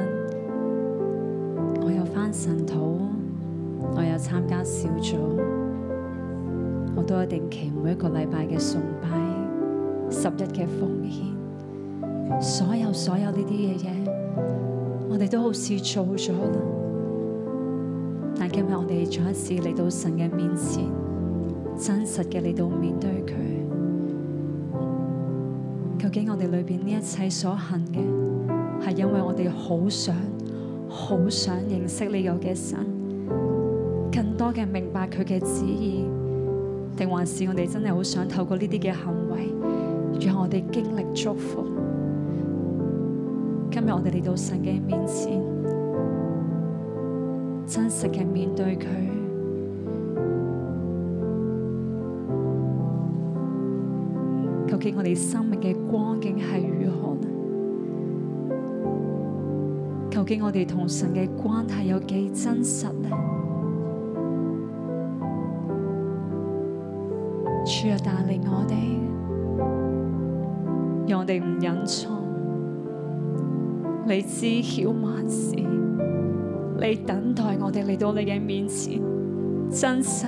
S6: 我有翻神土，我有參加小組，我都有定期每一個禮拜嘅崇拜、十日嘅奉獻，所有所有呢啲嘅嘢，我哋都好似做咗啦。但今日我哋再一次嚟到神嘅面前。真實嘅嚟到面對佢。究竟我哋裏邊呢一切所行嘅，係因為我哋好想、好想認識呢個嘅神，更多嘅明白佢嘅旨意，定還是我哋真係好想透過呢啲嘅行為，讓我哋經歷祝福？今日我哋嚟到神嘅面前，真實嘅面對佢。究竟我哋生命嘅光景係如何呢？究竟我哋同神嘅關係有幾真實呢？主啊，帶領我哋，讓我哋唔隱藏，你知曉萬事，你等待我哋嚟到你嘅面前，真實。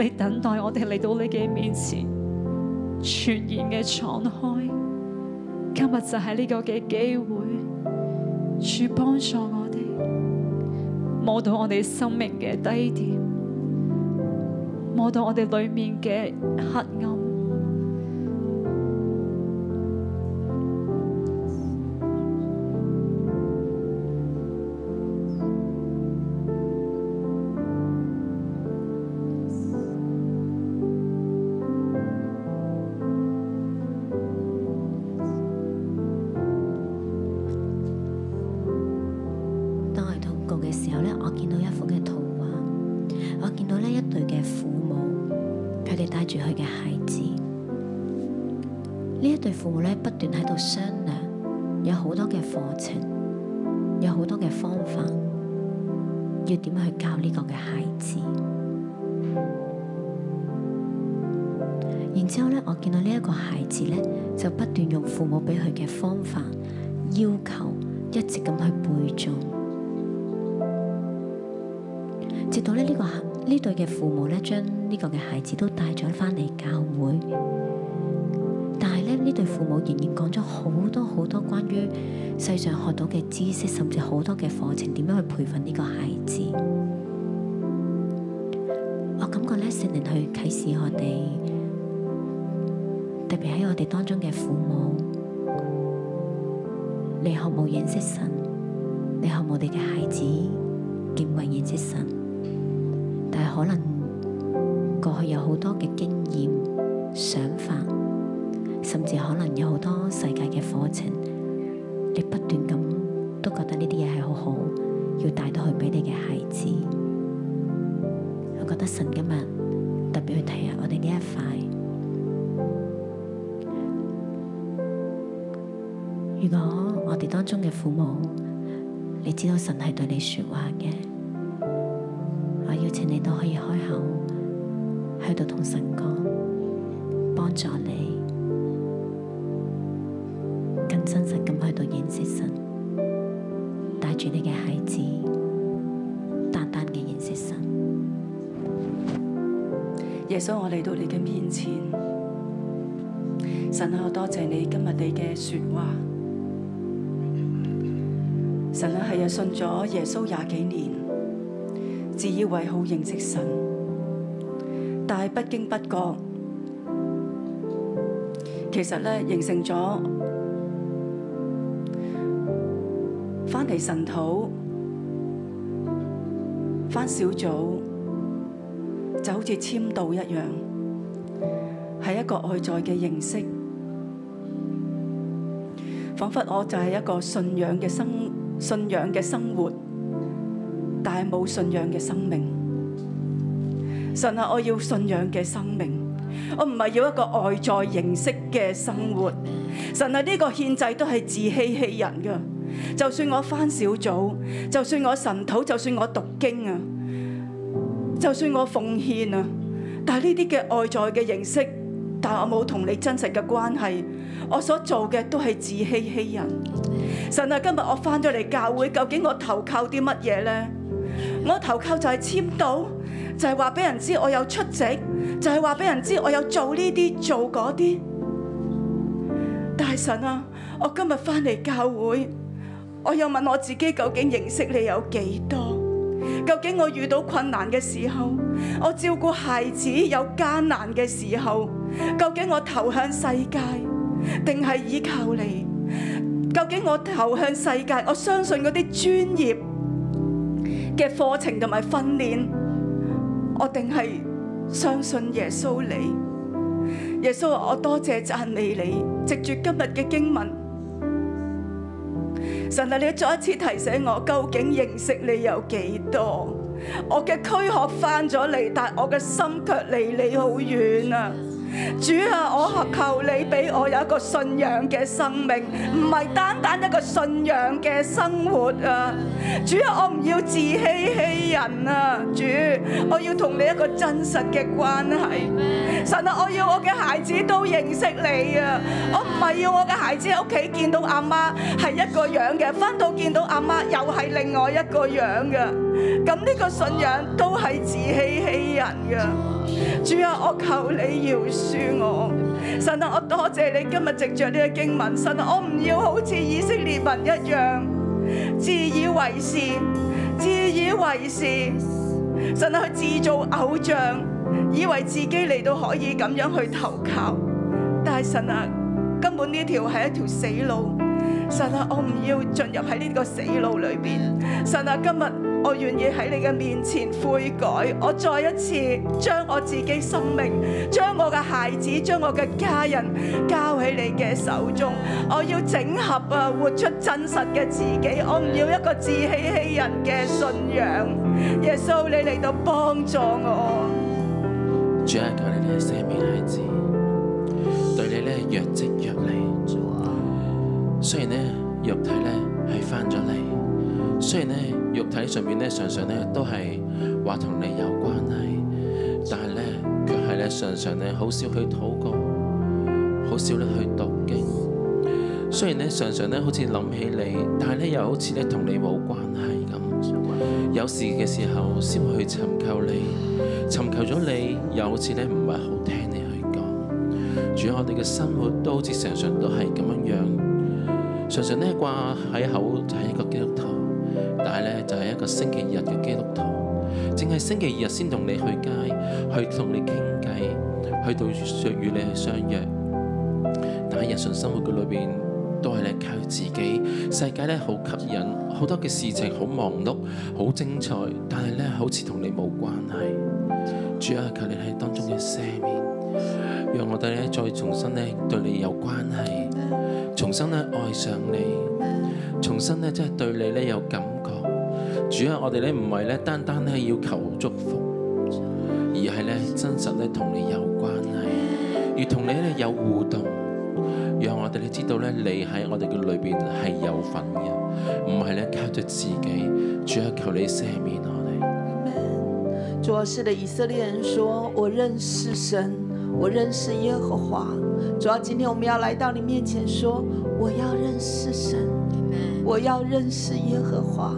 S6: 你等待我哋嚟到你嘅面前，全然嘅敞開。今日就係呢個嘅機會，主幫助我哋摸到我哋生命嘅低點，摸到我哋裏面嘅黑暗。
S5: 當我禱告嘅時候咧，我見到一幅嘅圖畫，我見到呢一對嘅父母，佢哋帶住佢嘅孩子。呢一對父母咧，不斷喺度商量，有好多嘅課程，有好多嘅方法，要點去教呢個嘅孩子。然之後咧，我見到呢一個孩子咧，就不斷用父母俾佢嘅方法要求，一直咁去背誦。直到咧呢個呢對嘅父母咧，將呢個嘅孩子都帶咗翻嚟教會，但係咧呢對父母仍然講咗好多好多關於世上學到嘅知識，甚至好多嘅課程，點樣去培訓呢個孩子。我感覺咧聖靈去啟示我哋，特別喺我哋當中嘅父母，你渴慕認識神，你渴慕你嘅孩子敬畏認識神，但係可能過去有好多嘅經驗、想法，甚至可能有好多世界嘅課程，你不斷咁都覺得呢啲嘢係好好，要帶到去俾你嘅孩子。我覺得神今日特別去提下我哋呢一塊。如果我哋當中嘅父母，你知道神係對你說話嘅，我啊邀請你都可以開口喺度同神講，幫助你更真實咁去到認識神，帶住你嘅孩子單單嘅認識神。
S7: 耶穌，我嚟到你嘅面前，神啊，我多謝你今日你嘅說話。神啊，係啊，信咗耶穌廿幾年，自以為好認識神，但係不經不覺，其實咧形成咗翻嚟神土，翻小組。就好似簽到一樣，係一個外在嘅形式，彷彿我就係一個信仰嘅生信仰嘅生活，但係冇信仰嘅生命。神啊，我要信仰嘅生命，我唔係要一個外在形式嘅生活。神啊，呢個獻祭都係自欺欺人㗎。就算我返小組，就算我神禱，就算我讀經啊。就算我奉獻啊，但係呢啲嘅外在嘅形式，但我冇同你真實嘅關係，我所做嘅都係自欺欺人。神啊，今日我翻咗嚟教會，究竟我投靠啲乜嘢呢？我投靠就係簽到，就係話俾人知我有出席，就係話俾人知我有做呢啲做嗰啲。但係神啊，我今日翻嚟教會，我又問我自己究竟認識你有幾多？究竟我遇到困難嘅時候，我照顧孩子有艱難嘅時候，究竟我投向世界，定係依靠你？究竟我投向世界，我相信嗰啲專業嘅課程同埋訓練，我定係相信耶穌你？耶穌，我多謝讚美你，藉住今日嘅經文。神啊，你再一次提醒我，究竟認識你有幾多？我嘅軀殼翻咗嚟，但我嘅心卻離你好遠啊！主啊，我求你俾我有一個信仰嘅生命，唔係單單一個信仰嘅生活啊！主啊，我唔要自欺欺人啊！主，我要同你一個真實嘅關係。神啊，我要我嘅孩子都認識你啊！我唔係要我嘅孩子喺屋企見到阿媽係一個樣嘅，翻到見到阿媽又係另外一個樣嘅。咁呢個信仰都係自欺欺人嘅。主啊，我求你饒恕我。神啊，我多謝你今日藉着呢個經文。神啊，我唔要好似以色列民一樣自以為是，自以為是。神啊，去自造偶像，以為自己嚟到可以咁樣去投靠，但係神啊，根本呢條係一條死路。神啊，我唔要進入喺呢個死路裏邊。神啊，今日我願意喺你嘅面前悔改，我再一次將我自己生命、將我嘅孩子、將我嘅家人交喺你嘅手中。我要整合啊，活出真實嘅自己。我唔要一個自欺欺人嘅信仰。耶穌，你嚟到幫助我。
S8: 主啊，求你哋赦免孩子，對你咧若即若離。雖然咧肉體咧係翻咗嚟，雖然咧肉體上面咧常常咧都係話同你有關係，但係咧卻係咧常常咧好少去禱告，好少咧去讀經。雖然咧常常咧好似諗起你，但係咧又好似咧同你冇關係咁。有事嘅時候先會去尋求你，尋求咗你又好似咧唔係好聽你去講。主，我哋嘅生活都好似常常都係咁樣樣，常常咧掛喺口就係一個基督徒，但係咧就係一個星期日嘅基督徒，淨係星期日先同你去街，去同你傾偈，去到與與你去相約。但喺日常生活嘅裏邊，都係咧靠自己。世界咧好吸引，好多嘅事情好忙碌，好精彩，但係咧好似同你冇關係。主啊，求你喺當中嘅赦免，讓我哋咧再重新咧對你有關係，重新咧愛上你，重新咧即係對你咧有感覺。主啊，我哋咧唔係咧單單咧要求祝福，而係咧真實咧同你有關係，要同你咧有互動，讓我哋咧知道咧你喺我哋嘅裏邊係有份嘅，唔係咧靠住自己。主啊，求你赦免我哋。
S9: 主要是的以色列人说：“我认识神，我认识耶和华。”主要今天我们要来到你面前说：“我要认识神，我要认识耶和华，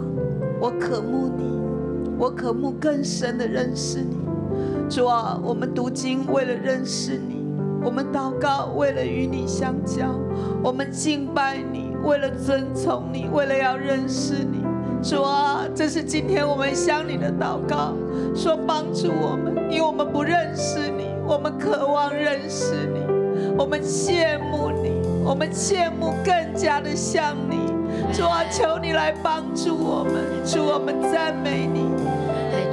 S9: 我渴慕你，我渴慕更深的认识你。”主啊，我们读经为了认识你，我们祷告为了与你相交，我们敬拜你为了尊崇你，为了要认识你。主啊，这是今天我们向你的祷告，说帮助我们，因为我们不认识你，我们渴望认识你，我们羡慕你，我们羡慕更加的像你。主啊，求你来帮助我们，主，我们赞美你。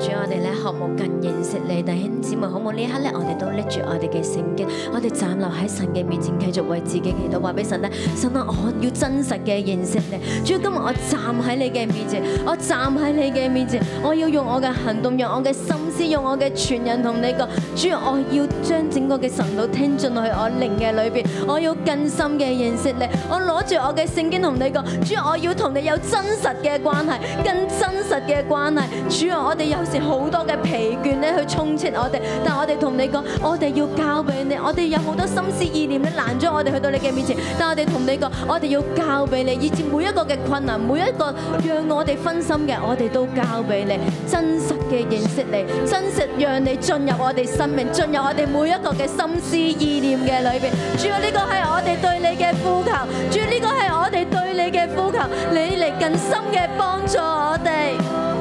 S5: 系主，我哋咧渴慕更认識你，弟兄姊妹，好冇？呢一刻咧，我哋都拎住我哋嘅聖經，我哋站立喺神嘅面前，繼續為自己祈禱，話俾神咧，神啊，我要真實嘅認識你。主，今日我站喺你嘅面前，我站喺你嘅面前，我要用我嘅行動，用我嘅心思，用我嘅全人同你講。主，我要將整個嘅神道聽進去我靈嘅裏邊，我要更深嘅認識你。我攞住我嘅聖經同你講，主，我要同你有真實嘅關係，更真實嘅關係。主啊，我哋有時好多嘅疲倦咧去充斥我哋，但我哋同你講，我哋要交俾你，我哋有好多心思意念咧攔咗我哋去到你嘅面前，但我哋同你講，我哋要交俾你，以至每一個嘅困難，每一個讓我哋分心嘅，我哋都交俾你，真實嘅認識你，真實讓你進入我哋生命，進入我哋每一個嘅心思意念嘅裏邊。主啊，呢個係我哋對你嘅呼求，主啊呢個係我哋對你嘅呼求，你嚟更深嘅幫助我哋。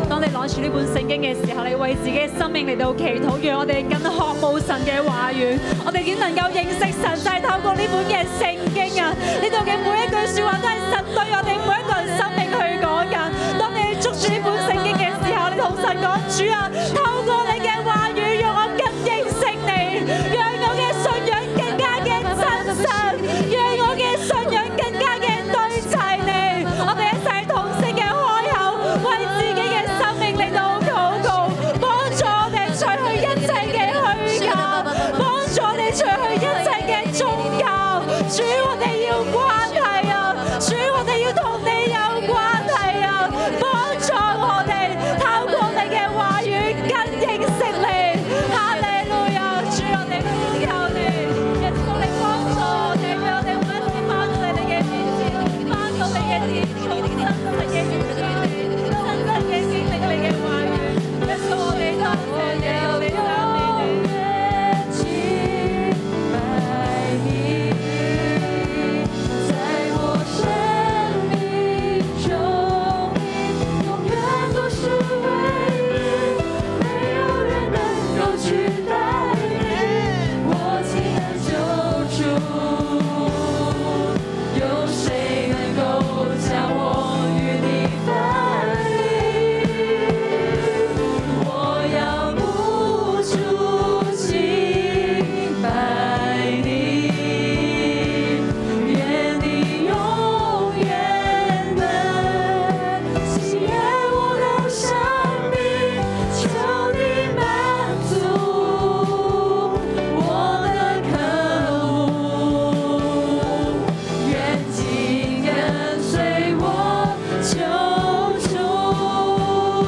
S6: 當你攞住呢本聖經嘅時候，你為自己嘅生命嚟到祈禱，讓我哋更渴慕神嘅話語。我哋點能夠認識神，就係透過呢本嘅聖經啊！呢度嘅每一句説話都係神對我哋每一個人生命去講緊。當你捉住呢本聖經嘅時候，你同神講：主啊，透過你嘅話語，讓我更認識你，讓我嘅信仰更加嘅真實，讓我嘅信仰更加嘅對齊你。我哋一齊同聲嘅開口，為自己嘅生命嚟到禱告，幫助我哋除去一切嘅虛假，幫助我哋除去一切嘅宗教。主，我哋要關係啊！主，我哋要同你有關係啊！幫助我哋透過你嘅話語更認識你。哈利路亞！主，我哋呼求你，亦都你幫助我哋，俾我哋每一次翻到你哋嘅面前，翻到你嘅殿中，真實嘅遇見你，真實嘅經歷你嘅話語。耶穌，我哋多謝你，我哋讚美你。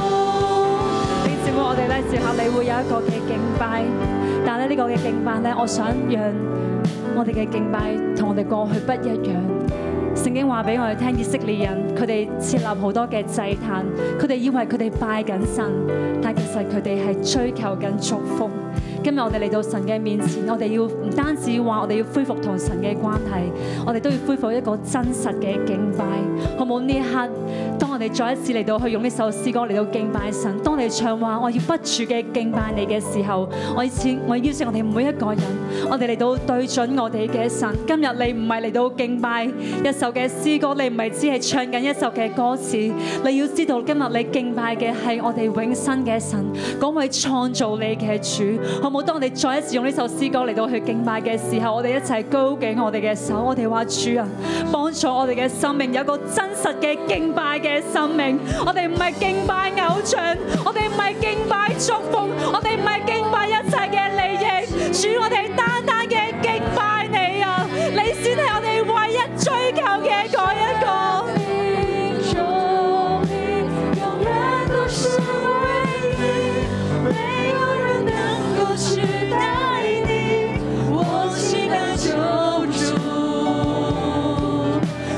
S6: 你知我哋咧之後，你會有一個嘅敬拜，但係咧呢個嘅敬拜咧，我想讓我哋嘅敬拜同我哋過去不一樣。聖經話俾我哋聽，以色列人佢哋設立好多嘅祭壇，佢哋以為佢哋拜緊神，但其實佢哋係追求緊祝福。今日我哋嚟到神嘅面前，我哋要唔單止話我哋要恢復同神嘅關係，我哋都要恢復一個真實嘅敬拜，好冇？呢一刻，當我哋再一次嚟到去用呢首詩歌嚟到敬拜神，當你唱話我要不住嘅敬拜你嘅時候，我邀我邀請我哋每一個人，我哋嚟到對準我哋嘅神。今日你唔係嚟到敬拜一首嘅詩歌，你唔係只係唱緊一首嘅歌詞，你要知道今日你敬拜嘅係我哋永生嘅神，嗰位創造你嘅主，好冇？當我哋再一次用呢首詩歌嚟到去敬拜嘅時候，我哋一齊高舉我哋嘅手，我哋話主啊，幫助我哋嘅生命有個真實嘅敬拜嘅生命。我哋唔係敬拜偶像，我哋唔係敬拜祝福，我哋唔係敬拜一切嘅利益。主，我哋單單嘅敬拜你啊，你先係我哋唯一追求嘅嗰一個。
S4: 永远都是唯一，没有人能够取代你。我期待救主，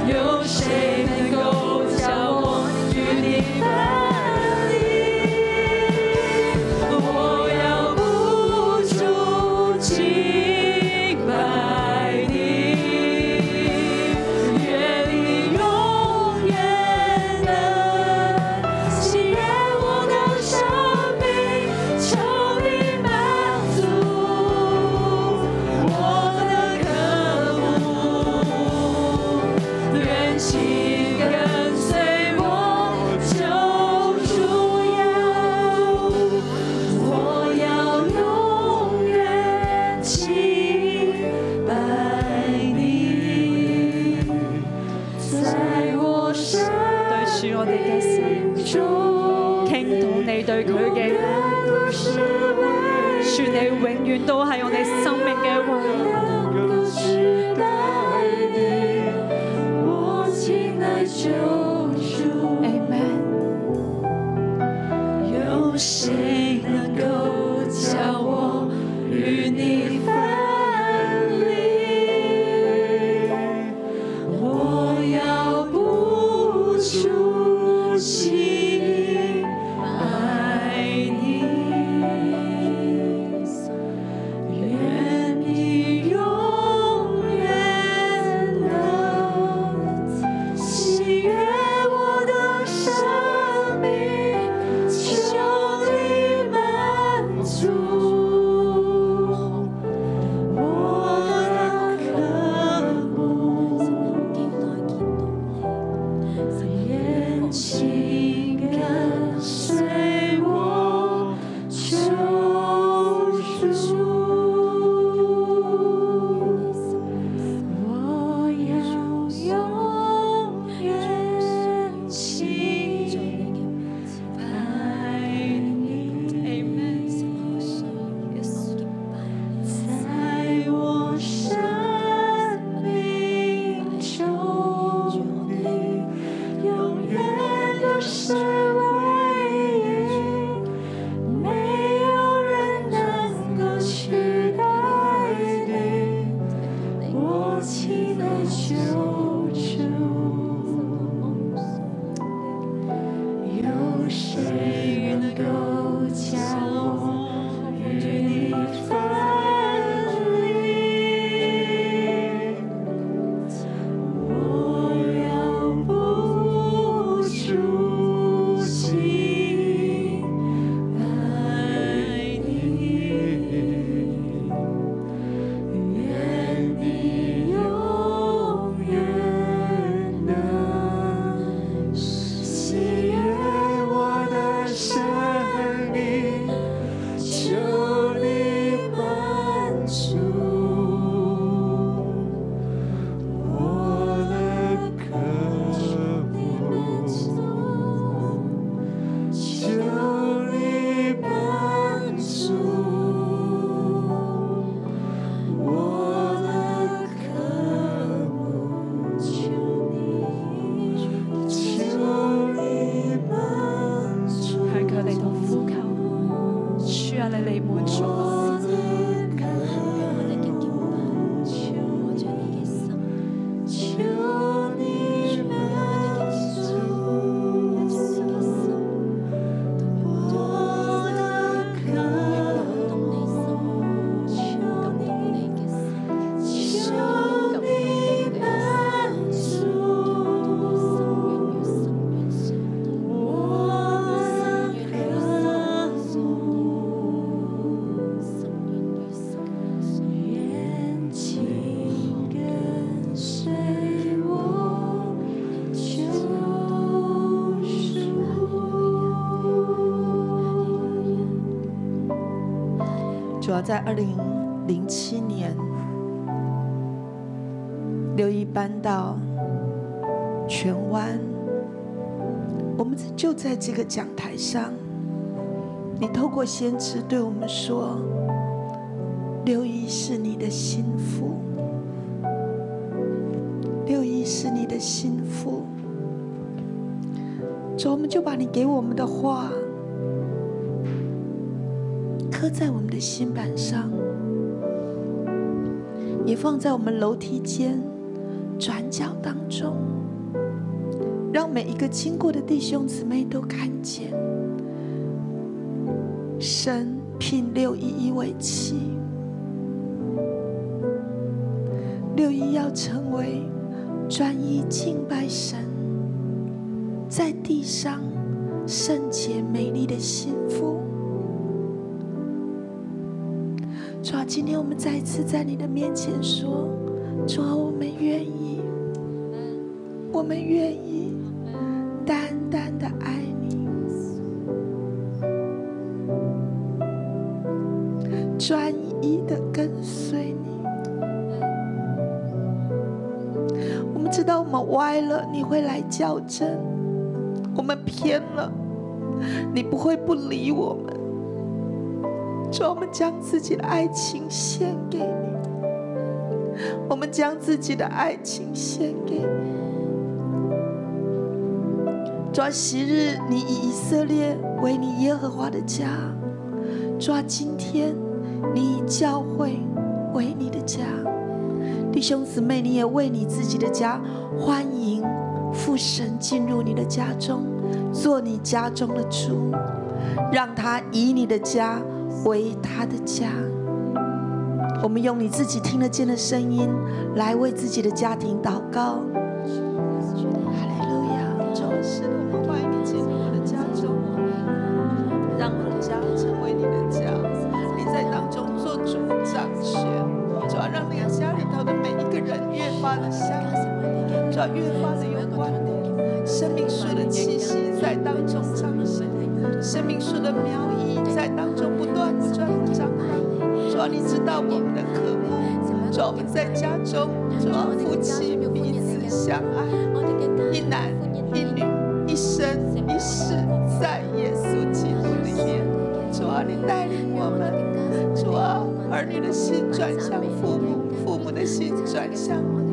S4: 有谁能够叫我与你分离？我要不住敬拜你，愿你永远能喜悦我的生命，求你满足我的渴慕，愿情跟随我，救主要。我要永远敬拜你，在我生
S6: 對住我哋嘅神，
S4: 命中
S6: 傾倒你對佢
S4: 永
S6: 嘅
S4: 远，都是唯
S6: 算你永遠都係我哋生命嘅唯一。
S4: 一，能够取代你，我亲爱救主。有谁能够叫我与你分离？我要不住心爱你，愿你永远能喜悦我的生命。求你满足我的渴慕，眼睛跟随我求助，我要永远记。爱你，在我生命中，你永远都是唯一，没有人能够取代你，我期待救主。有谁能够将我与你分离？我要不住心爱你，愿你永远能。喜悦我的
S6: 啊
S9: 主要啊在二零零七年六一搬到荃湾，我们就在这个讲台上，你透过先知对我们说，六一是你的心腹，六一是你的心腹。主，我们就把你给我们的话刻在我们的心板上，也放在我们楼梯间转角当中，让每一个经过的弟兄姊妹都看见。神聘六一一为妻，六一要成为专一敬拜神。在地上圣洁美丽的幸福。主啊，今天我们再一次在你的面前说，主啊，我们愿意，我们愿意单单的爱你，专啊一的跟随你。我们知道我们歪了，你会来校正。我们偏了，你不会不理我们。主啊，我们将自己的爱情献给你，我们将自己的爱情献给你。主啊，昔日你以以色列为你耶和华的家，主啊，今天你以教会为你的家。弟兄姊妹，你也为你自己的家欢迎父神进入你的家中，做你家中的主，让他以你的家为他的家。我们用你自己听得见的声音来为自己的家庭祷告。啊哈利路亚！主是的，我们欢迎你进入我的家中，让我的家成为你的家，你在当中做主掌权。主要让那个家里头的每一个人越发的相信主要越发的有关你，生命树的气息在当中彰显，生命树的苗裔在当中不断不断地彰显。主要你知道我们的渴慕，主要我们在家中，主要夫妻彼此相爱，一男一女，一生一世，在耶稣基督里面。主啊，你带领我们，主啊，儿女的心转向父母，父母的心转向我们。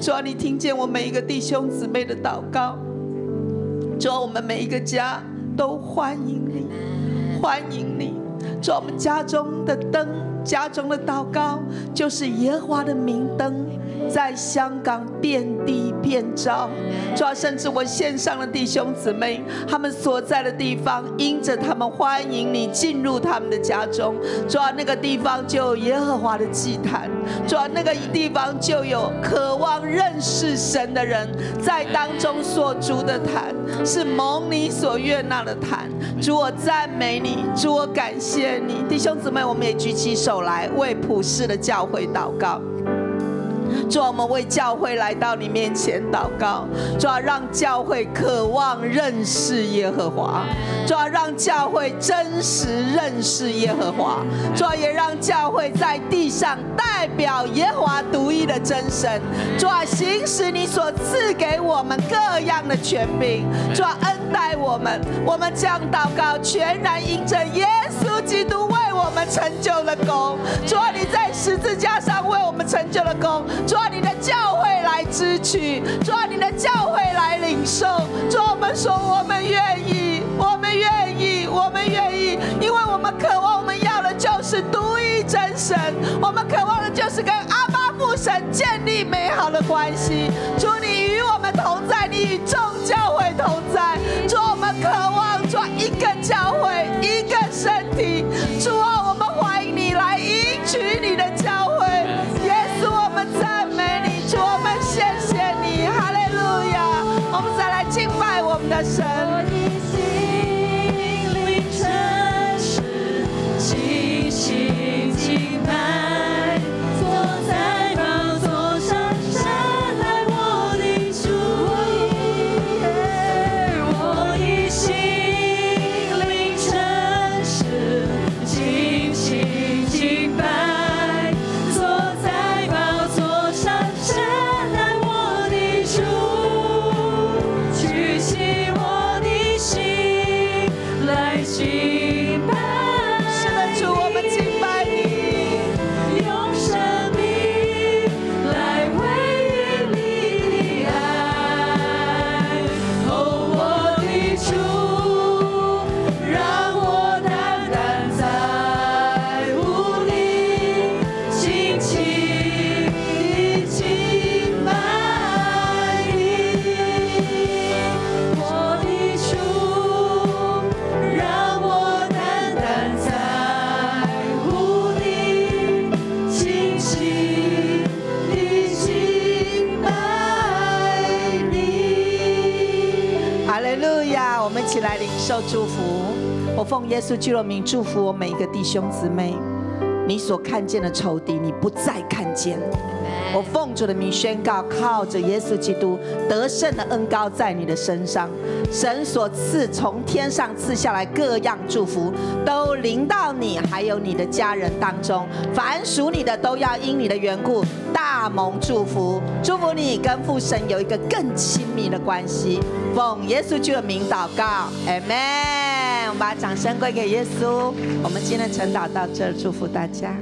S9: 主啊，你听见我每一个弟兄姊妹的祷告。主啊，我们每一个家都欢迎你，欢迎你。主啊，我们家中的灯，家中的祷告，就是耶和华的明灯，在香港遍地遍照。主啊，甚至我线上的弟兄姊妹，他们所在的地方，因着他们欢迎你进入他们的家中。主啊，那个地方就有耶和华的祭坛。主啊，那个地方就有渴望认识神的人在当中所筑的坛，是蒙你所悦纳的坛。主，我赞美你，主，我感谢你。弟兄姊妹，我们也举起手来为普世的教会祷告。主啊，我们为教会来到你面前祷告，主啊，让教会渴望认识耶和华，主啊，让教会真实认识耶和华，主啊，也让教会在地上代表耶和华独一的真神，主啊，行使你所赐给我们各样的权柄，主啊，恩待我们，我们这样祷告，全然因着耶稣基督为我们成就了功，主啊，你在十字架上为我们成就了功，主啊，你的教会来支取，主啊，你的教会来领受，主啊，我们说我们愿意，我们愿意，我们愿意，因为我们渴望，我们要的就是独一真神，我们渴望的就是跟阿爸父神建立美好的关系。主，你与我们同在，你与众教会同在。主，我们渴望做一个教会，一个身体。主啊，我们欢迎你来迎娶你的教会。耶稣，我们赞美你，主，我们谢谢你，哈利路亚。我们再来敬拜我们的神。
S4: 心灵诚实，尽心尽
S9: 哈利路亚！我们一起来领受祝福。我奉耶稣基督的名祝福我每一个弟兄姊妹。你所看见的仇敌，你不再看见。我奉主的名宣告，靠着耶稣基督得胜的恩高在你的身上。神所赐从天上赐下来各样祝福，都临到你，还有你的家人当中。凡属你的，都要因你的缘故大蒙祝福。祝福你跟父神有一个更亲密的关系。奉耶稣基督的名祷告，Amen。我们把掌声归给耶稣。我们今天晨祷到这儿，祝福大家。